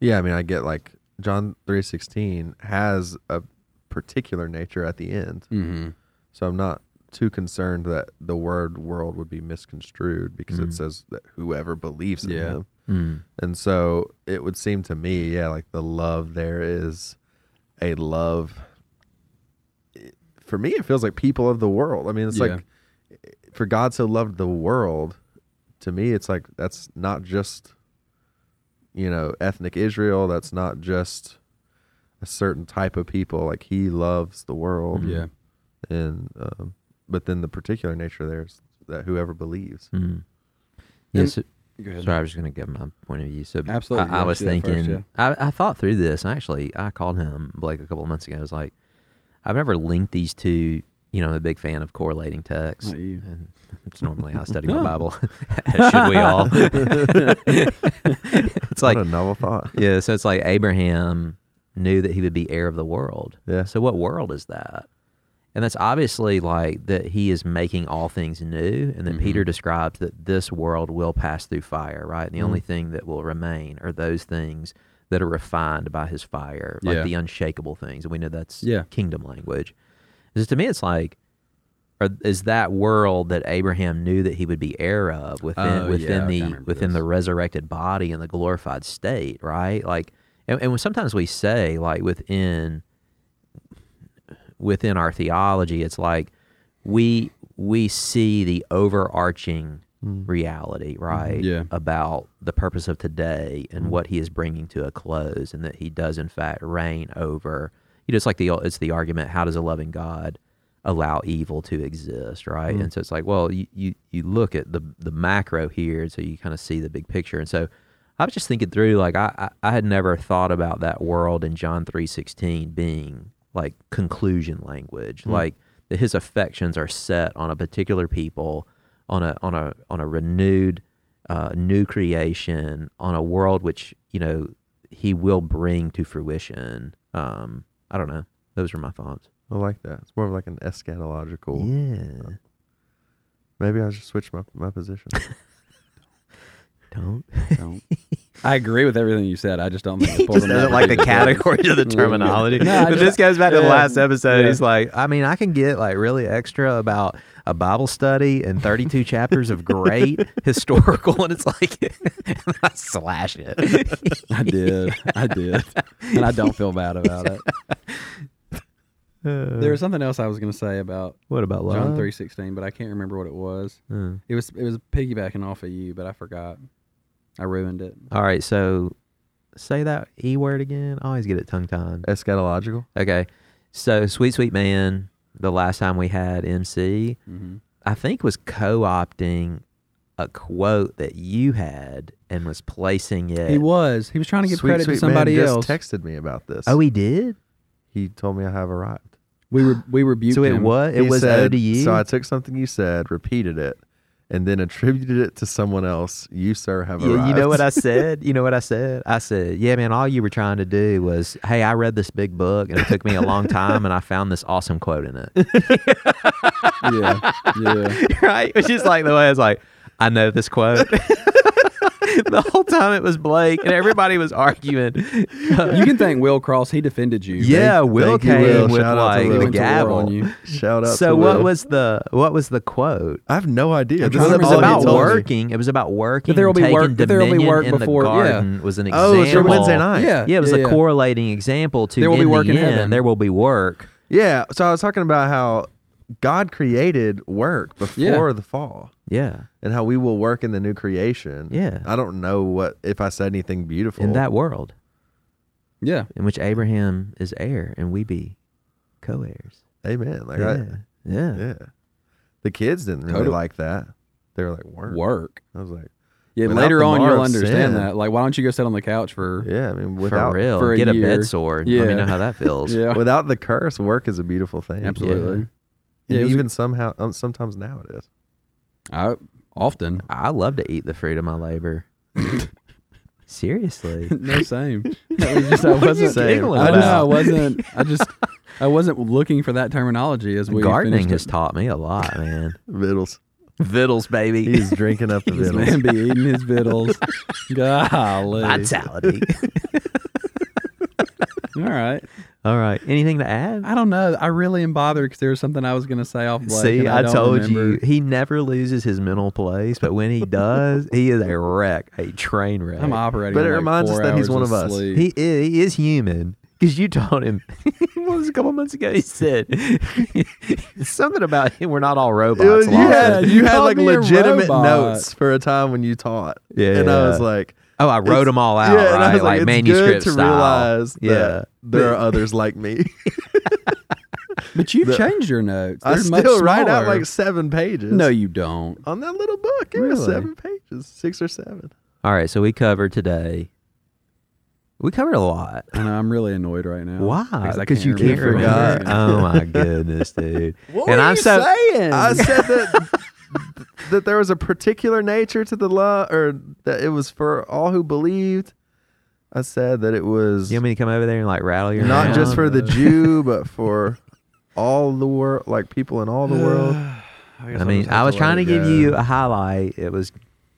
Speaker 3: Yeah, I mean, I get like John three sixteen has a particular nature at the end,
Speaker 4: Mm-hmm.
Speaker 3: so I'm not too concerned that the word "world" would be misconstrued because it says that whoever believes in
Speaker 4: Yeah.
Speaker 3: him,
Speaker 2: Mm-hmm.
Speaker 3: and so it would seem to me, yeah, like the love there is a love. it- For me, it feels like people of the world. I mean, it's
Speaker 4: Yeah.
Speaker 3: like for God so loved the world. To me, it's like that's not just you know, ethnic Israel. That's not just a certain type of people. Like he loves the world.
Speaker 4: Yeah.
Speaker 3: And um, but then the particular nature there is that whoever believes.
Speaker 2: Mm-hmm. Yes. sorry, I was just gonna get my point of view. So
Speaker 4: Absolutely,
Speaker 2: I, I
Speaker 4: yeah,
Speaker 2: was
Speaker 4: do that first,
Speaker 2: thinking. I, I thought through this. And actually, I called him Blake a couple of months ago. I was like, I've never linked these two. You know, I'm a big fan of correlating texts.
Speaker 4: Not you.
Speaker 2: And it's normally how I study my Bible. As should we all? it's like
Speaker 3: what a novel thought.
Speaker 2: yeah, so it's like Abraham knew that he would be heir of the world.
Speaker 3: Yeah.
Speaker 2: So what world is that? And that's obviously like that he is making all things new, and then
Speaker 4: Mm-hmm.
Speaker 2: Peter describes that this world will pass through fire, right? And the
Speaker 4: Mm-hmm.
Speaker 2: only thing that will remain are those things that are refined by his fire, like
Speaker 4: Yeah.
Speaker 2: the unshakable things. And we know that's
Speaker 4: Yeah.
Speaker 2: kingdom language. Because to me, it's like, are, is that world that Abraham knew that he would be heir of within
Speaker 4: Oh, yeah, okay,
Speaker 2: within
Speaker 4: I
Speaker 2: the
Speaker 4: remember
Speaker 2: within
Speaker 4: this.
Speaker 2: the resurrected body and the glorified state, right? Like, and, and sometimes we say like within within our theology, it's like we we see the overarching reality, right?
Speaker 4: Hmm. Yeah.
Speaker 2: About the purpose of today and what he is bringing to a close, and that he does in fact reign over. You know, it's like the it's the argument: How does a loving God allow evil to exist, right? And so it's like, well, you you, you look at the the macro here, and so you kind of see the big picture, and so. I was just thinking through, like I, I, I had never thought about that world in John three sixteen being like conclusion language, like that his affections are set on a particular people, on a on a on a renewed, uh, new creation, on a world which you know he will bring to fruition. Um, I don't know. Those are my thoughts.
Speaker 3: I like that. It's more of like an eschatological.
Speaker 2: Yeah.
Speaker 3: Maybe I should switch my, my position.
Speaker 2: Don't.
Speaker 1: Don't.
Speaker 4: I agree with everything you said. I just don't think it pulls
Speaker 2: Just
Speaker 4: them out
Speaker 2: doesn't like the
Speaker 4: of these words.
Speaker 2: categories of the terminology.
Speaker 4: No, I
Speaker 2: but
Speaker 4: just-
Speaker 2: this goes back to the
Speaker 4: yeah.
Speaker 2: last episode.
Speaker 4: Yeah.
Speaker 2: He's like, I mean, I can get like really extra about a Bible study and 32 chapters of great historical, and it's like, I slash it.
Speaker 4: I did. I did. And I don't feel bad about it.
Speaker 2: Uh,
Speaker 4: There was something else I was going to say about
Speaker 2: what about love?
Speaker 4: John 3:16, but I can't remember what it was.
Speaker 2: Hmm.
Speaker 4: It was it was piggybacking off of you, but I forgot. I ruined it.
Speaker 2: All right, so say that E word again. I always get it tongue tied.
Speaker 3: eschatological.
Speaker 2: Okay. So, Sweet Sweet Man, the last time we had MC,
Speaker 4: Mhm.
Speaker 2: I think was co-opting a quote that you had and was placing it.
Speaker 4: He was. He was trying to give credit to somebody
Speaker 3: man
Speaker 4: else.
Speaker 3: Just texted me about this.
Speaker 2: oh, he did.
Speaker 3: he told me I have arrived.
Speaker 4: we re- we rebuked
Speaker 2: so it
Speaker 4: him.
Speaker 2: was it
Speaker 3: He
Speaker 2: was
Speaker 3: said-
Speaker 2: ODU.
Speaker 3: So I took something you said, repeated it, and then attributed it to someone else. You sir have
Speaker 2: Yeah,
Speaker 3: arrived.
Speaker 2: you know what I said? You know what I said? I said, "Yeah, man, all you were trying to do was, hey, I read this big book and it took me a long time and I found this awesome quote in it."
Speaker 4: yeah, yeah.
Speaker 2: right? Which is like the way I was like, I know this quote. the whole time it was Blake and everybody was arguing.
Speaker 4: You can thank Will Cross. He defended you.
Speaker 2: yeah, Will
Speaker 3: thank you,
Speaker 2: came
Speaker 3: Will.
Speaker 2: with
Speaker 3: Shout out to
Speaker 2: like
Speaker 3: Will.
Speaker 2: the
Speaker 3: Went
Speaker 4: to war
Speaker 2: gavel.
Speaker 4: on you.
Speaker 3: Shout out.
Speaker 2: so
Speaker 3: to
Speaker 2: what
Speaker 3: Will.
Speaker 2: was the what was the quote?
Speaker 3: I have no idea. This
Speaker 4: trying
Speaker 3: is
Speaker 4: to
Speaker 2: It was
Speaker 4: remember.
Speaker 3: all he
Speaker 2: about
Speaker 3: told me.
Speaker 2: working. It was about working.
Speaker 4: That there will be
Speaker 2: taking
Speaker 4: work- that there will be
Speaker 2: dominion
Speaker 4: work
Speaker 2: in the
Speaker 4: before- yeah.
Speaker 2: garden Was an example.
Speaker 3: Oh, it's your Wednesday night.
Speaker 4: Yeah,
Speaker 2: Yeah, it was
Speaker 4: yeah,
Speaker 2: a
Speaker 4: yeah.
Speaker 2: correlating example to
Speaker 4: There will be
Speaker 2: in
Speaker 4: work
Speaker 2: the
Speaker 4: in
Speaker 2: end,
Speaker 4: heaven.
Speaker 2: There will be work.
Speaker 3: Yeah. So I was talking about how God created work
Speaker 4: Yeah.
Speaker 3: before the fall.
Speaker 2: Yeah,
Speaker 3: and how we will work in the new creation.
Speaker 2: Yeah.
Speaker 3: I don't know what if I said anything beautiful.
Speaker 2: in that world
Speaker 4: Yeah,
Speaker 2: in which Abraham is heir and we be co-heirs.
Speaker 3: Amen. Like
Speaker 2: Yeah, yeah.
Speaker 3: I, yeah. The kids didn't really
Speaker 4: Total-
Speaker 3: like that. They were like work.
Speaker 4: work.
Speaker 3: I was like,
Speaker 4: Yeah,
Speaker 3: Without
Speaker 4: later
Speaker 3: the
Speaker 4: on
Speaker 3: mar
Speaker 4: you'll
Speaker 3: of
Speaker 4: understand
Speaker 3: sin.
Speaker 4: that. Like, why don't you go sit on the couch for?
Speaker 3: yeah, I mean without
Speaker 2: for real,
Speaker 4: for a
Speaker 2: get a
Speaker 4: year.
Speaker 2: bed sore. Let me
Speaker 4: Yeah.
Speaker 2: know how that feels.
Speaker 4: Yeah,
Speaker 3: without the curse, work is a beautiful thing.
Speaker 4: absolutely.
Speaker 3: And
Speaker 4: Yeah, it was-
Speaker 3: even somehow um, sometimes now it is.
Speaker 4: I often.
Speaker 2: I love to eat the fruit of my labor. Seriously,
Speaker 4: No, same. That was just, I
Speaker 2: What are you
Speaker 4: wasn't.
Speaker 2: giggling
Speaker 4: I just, I
Speaker 2: about?
Speaker 4: wasn't. I just. I wasn't looking for that terminology as we
Speaker 2: gardening has
Speaker 4: finished
Speaker 2: taught me a lot, man.
Speaker 3: Vittles.
Speaker 2: Vittles, baby.
Speaker 3: He's drinking up the
Speaker 4: it. This
Speaker 3: vittles.
Speaker 4: man be eating his vittles. Golly.
Speaker 2: Vitality.
Speaker 4: All right.
Speaker 2: All right. Anything to add?
Speaker 4: I don't know. I really am bothered because there was something I was going to say off. Blake
Speaker 2: See,
Speaker 4: and
Speaker 2: I,
Speaker 4: don't
Speaker 2: told you
Speaker 4: remember.
Speaker 2: he never loses his mental place, but when he does, he is a wreck, a train wreck.
Speaker 4: I'm operating.
Speaker 3: But
Speaker 4: on
Speaker 3: it
Speaker 4: like
Speaker 3: reminds us
Speaker 4: four
Speaker 3: that he's
Speaker 4: hours
Speaker 3: one of us.
Speaker 4: sleep.
Speaker 2: he is, he is human. Because you told him, what was it, a couple months ago? He said something about him. We're not all robots.
Speaker 3: It was- you
Speaker 2: Lawson.
Speaker 3: had,
Speaker 4: You
Speaker 3: you had
Speaker 4: called
Speaker 3: like
Speaker 4: me a
Speaker 3: legitimate
Speaker 4: robot.
Speaker 3: notes for a time when you taught.
Speaker 2: Yeah.
Speaker 3: And I was like,
Speaker 2: Oh, I wrote
Speaker 3: It's-
Speaker 2: them all out,
Speaker 3: yeah, and I
Speaker 2: right?
Speaker 3: was
Speaker 2: like,
Speaker 3: it's
Speaker 2: manuscript
Speaker 3: good to
Speaker 2: style.
Speaker 3: realize that
Speaker 2: yeah.
Speaker 3: there are others like me.
Speaker 4: But you've
Speaker 3: The-
Speaker 4: changed your notes.
Speaker 3: I
Speaker 4: They're
Speaker 3: still
Speaker 4: much
Speaker 3: write out
Speaker 4: smaller.
Speaker 3: like seven pages.
Speaker 4: No, you don't.
Speaker 3: on that little book, it was
Speaker 2: Really?
Speaker 3: seven pages, six or seven.
Speaker 2: All right, so we covered today. We covered a lot.
Speaker 4: I know, I'm really annoyed right now.
Speaker 2: Why?
Speaker 4: Because
Speaker 2: you can't
Speaker 3: remember.
Speaker 2: remember.
Speaker 3: Forgot.
Speaker 2: oh my goodness, dude.
Speaker 4: What
Speaker 2: and
Speaker 4: were
Speaker 2: I'm
Speaker 4: you
Speaker 2: so
Speaker 4: saying?
Speaker 3: I said that that there was a particular nature to the law, or that it was for all who believed. I said that it was
Speaker 2: You want me to come over there and like rattle your
Speaker 3: not just
Speaker 2: mouth?
Speaker 3: for the Jew, but for all the world, like people in all the world.
Speaker 4: I,
Speaker 2: I mean, I was trying to give you a highlight. It was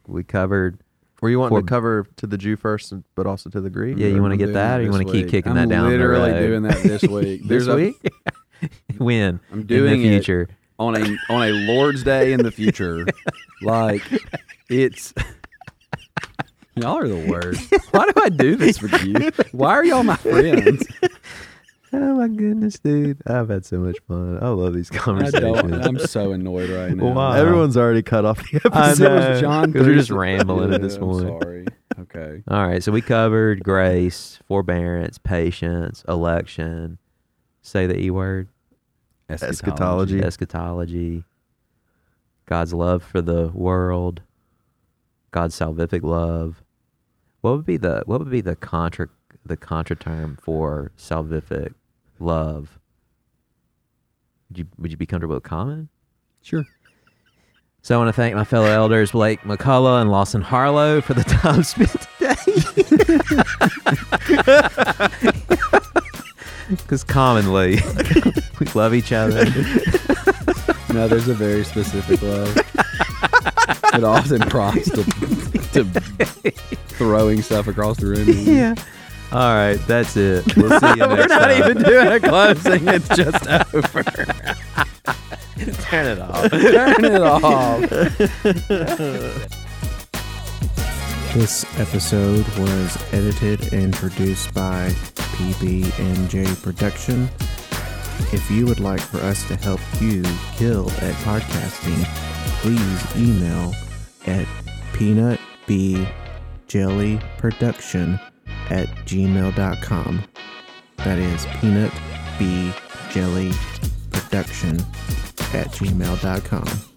Speaker 2: we covered.
Speaker 3: Were you wanting
Speaker 2: For-
Speaker 3: to cover to the Jew first, and- but also to the Greek?
Speaker 2: Yeah, you
Speaker 3: or-
Speaker 2: want to get that, or you want to keep kicking that down?
Speaker 4: Literally
Speaker 2: the road?
Speaker 4: doing that this week.
Speaker 3: this
Speaker 4: There's a-
Speaker 3: week?
Speaker 2: win
Speaker 4: I'm doing
Speaker 2: in the future.
Speaker 4: it on a on a Lord's Day in the future. like it's y'all are the worst. Why do I do this with you? Why are y'all my friends?
Speaker 2: Oh my goodness, dude! I've had so much fun. I love these
Speaker 4: I
Speaker 2: conversations.
Speaker 4: don't. I'm so annoyed right now.
Speaker 2: Why?
Speaker 3: Everyone's already cut off the
Speaker 2: I
Speaker 3: episode.
Speaker 4: That was
Speaker 2: know,
Speaker 4: John
Speaker 2: 'cause we're just
Speaker 4: Three's-
Speaker 2: rambling at this
Speaker 4: Yeah,
Speaker 2: point.
Speaker 4: I'm sorry. Okay.
Speaker 2: All right, so we covered grace, forbearance, patience, election. Say the E word.
Speaker 3: Eschatology.
Speaker 2: eschatology, God's love for the world, God's salvific love. What would be the what would be the contra the contra term for salvific love? Would you would you be comfortable with common?
Speaker 4: Sure.
Speaker 2: So I want to thank my fellow elders Blake McCullough and Lawson Harlow for the time spent today. Because commonly we love each other.
Speaker 4: No, there's a very specific love. it often prompts to, to throwing stuff across the room.
Speaker 2: yeah. All right, that's it. We'll see you next
Speaker 4: We're not
Speaker 2: time.
Speaker 4: even doing a closing. It's just over.
Speaker 2: turn it off.
Speaker 4: Turn it off.
Speaker 6: This episode was edited and produced by PB&J Production. If you would like for us to help you kill at podcasting, please email at peanutbjellyproduction at gmail.com. That is peanutbjellyproduction at gmail.com.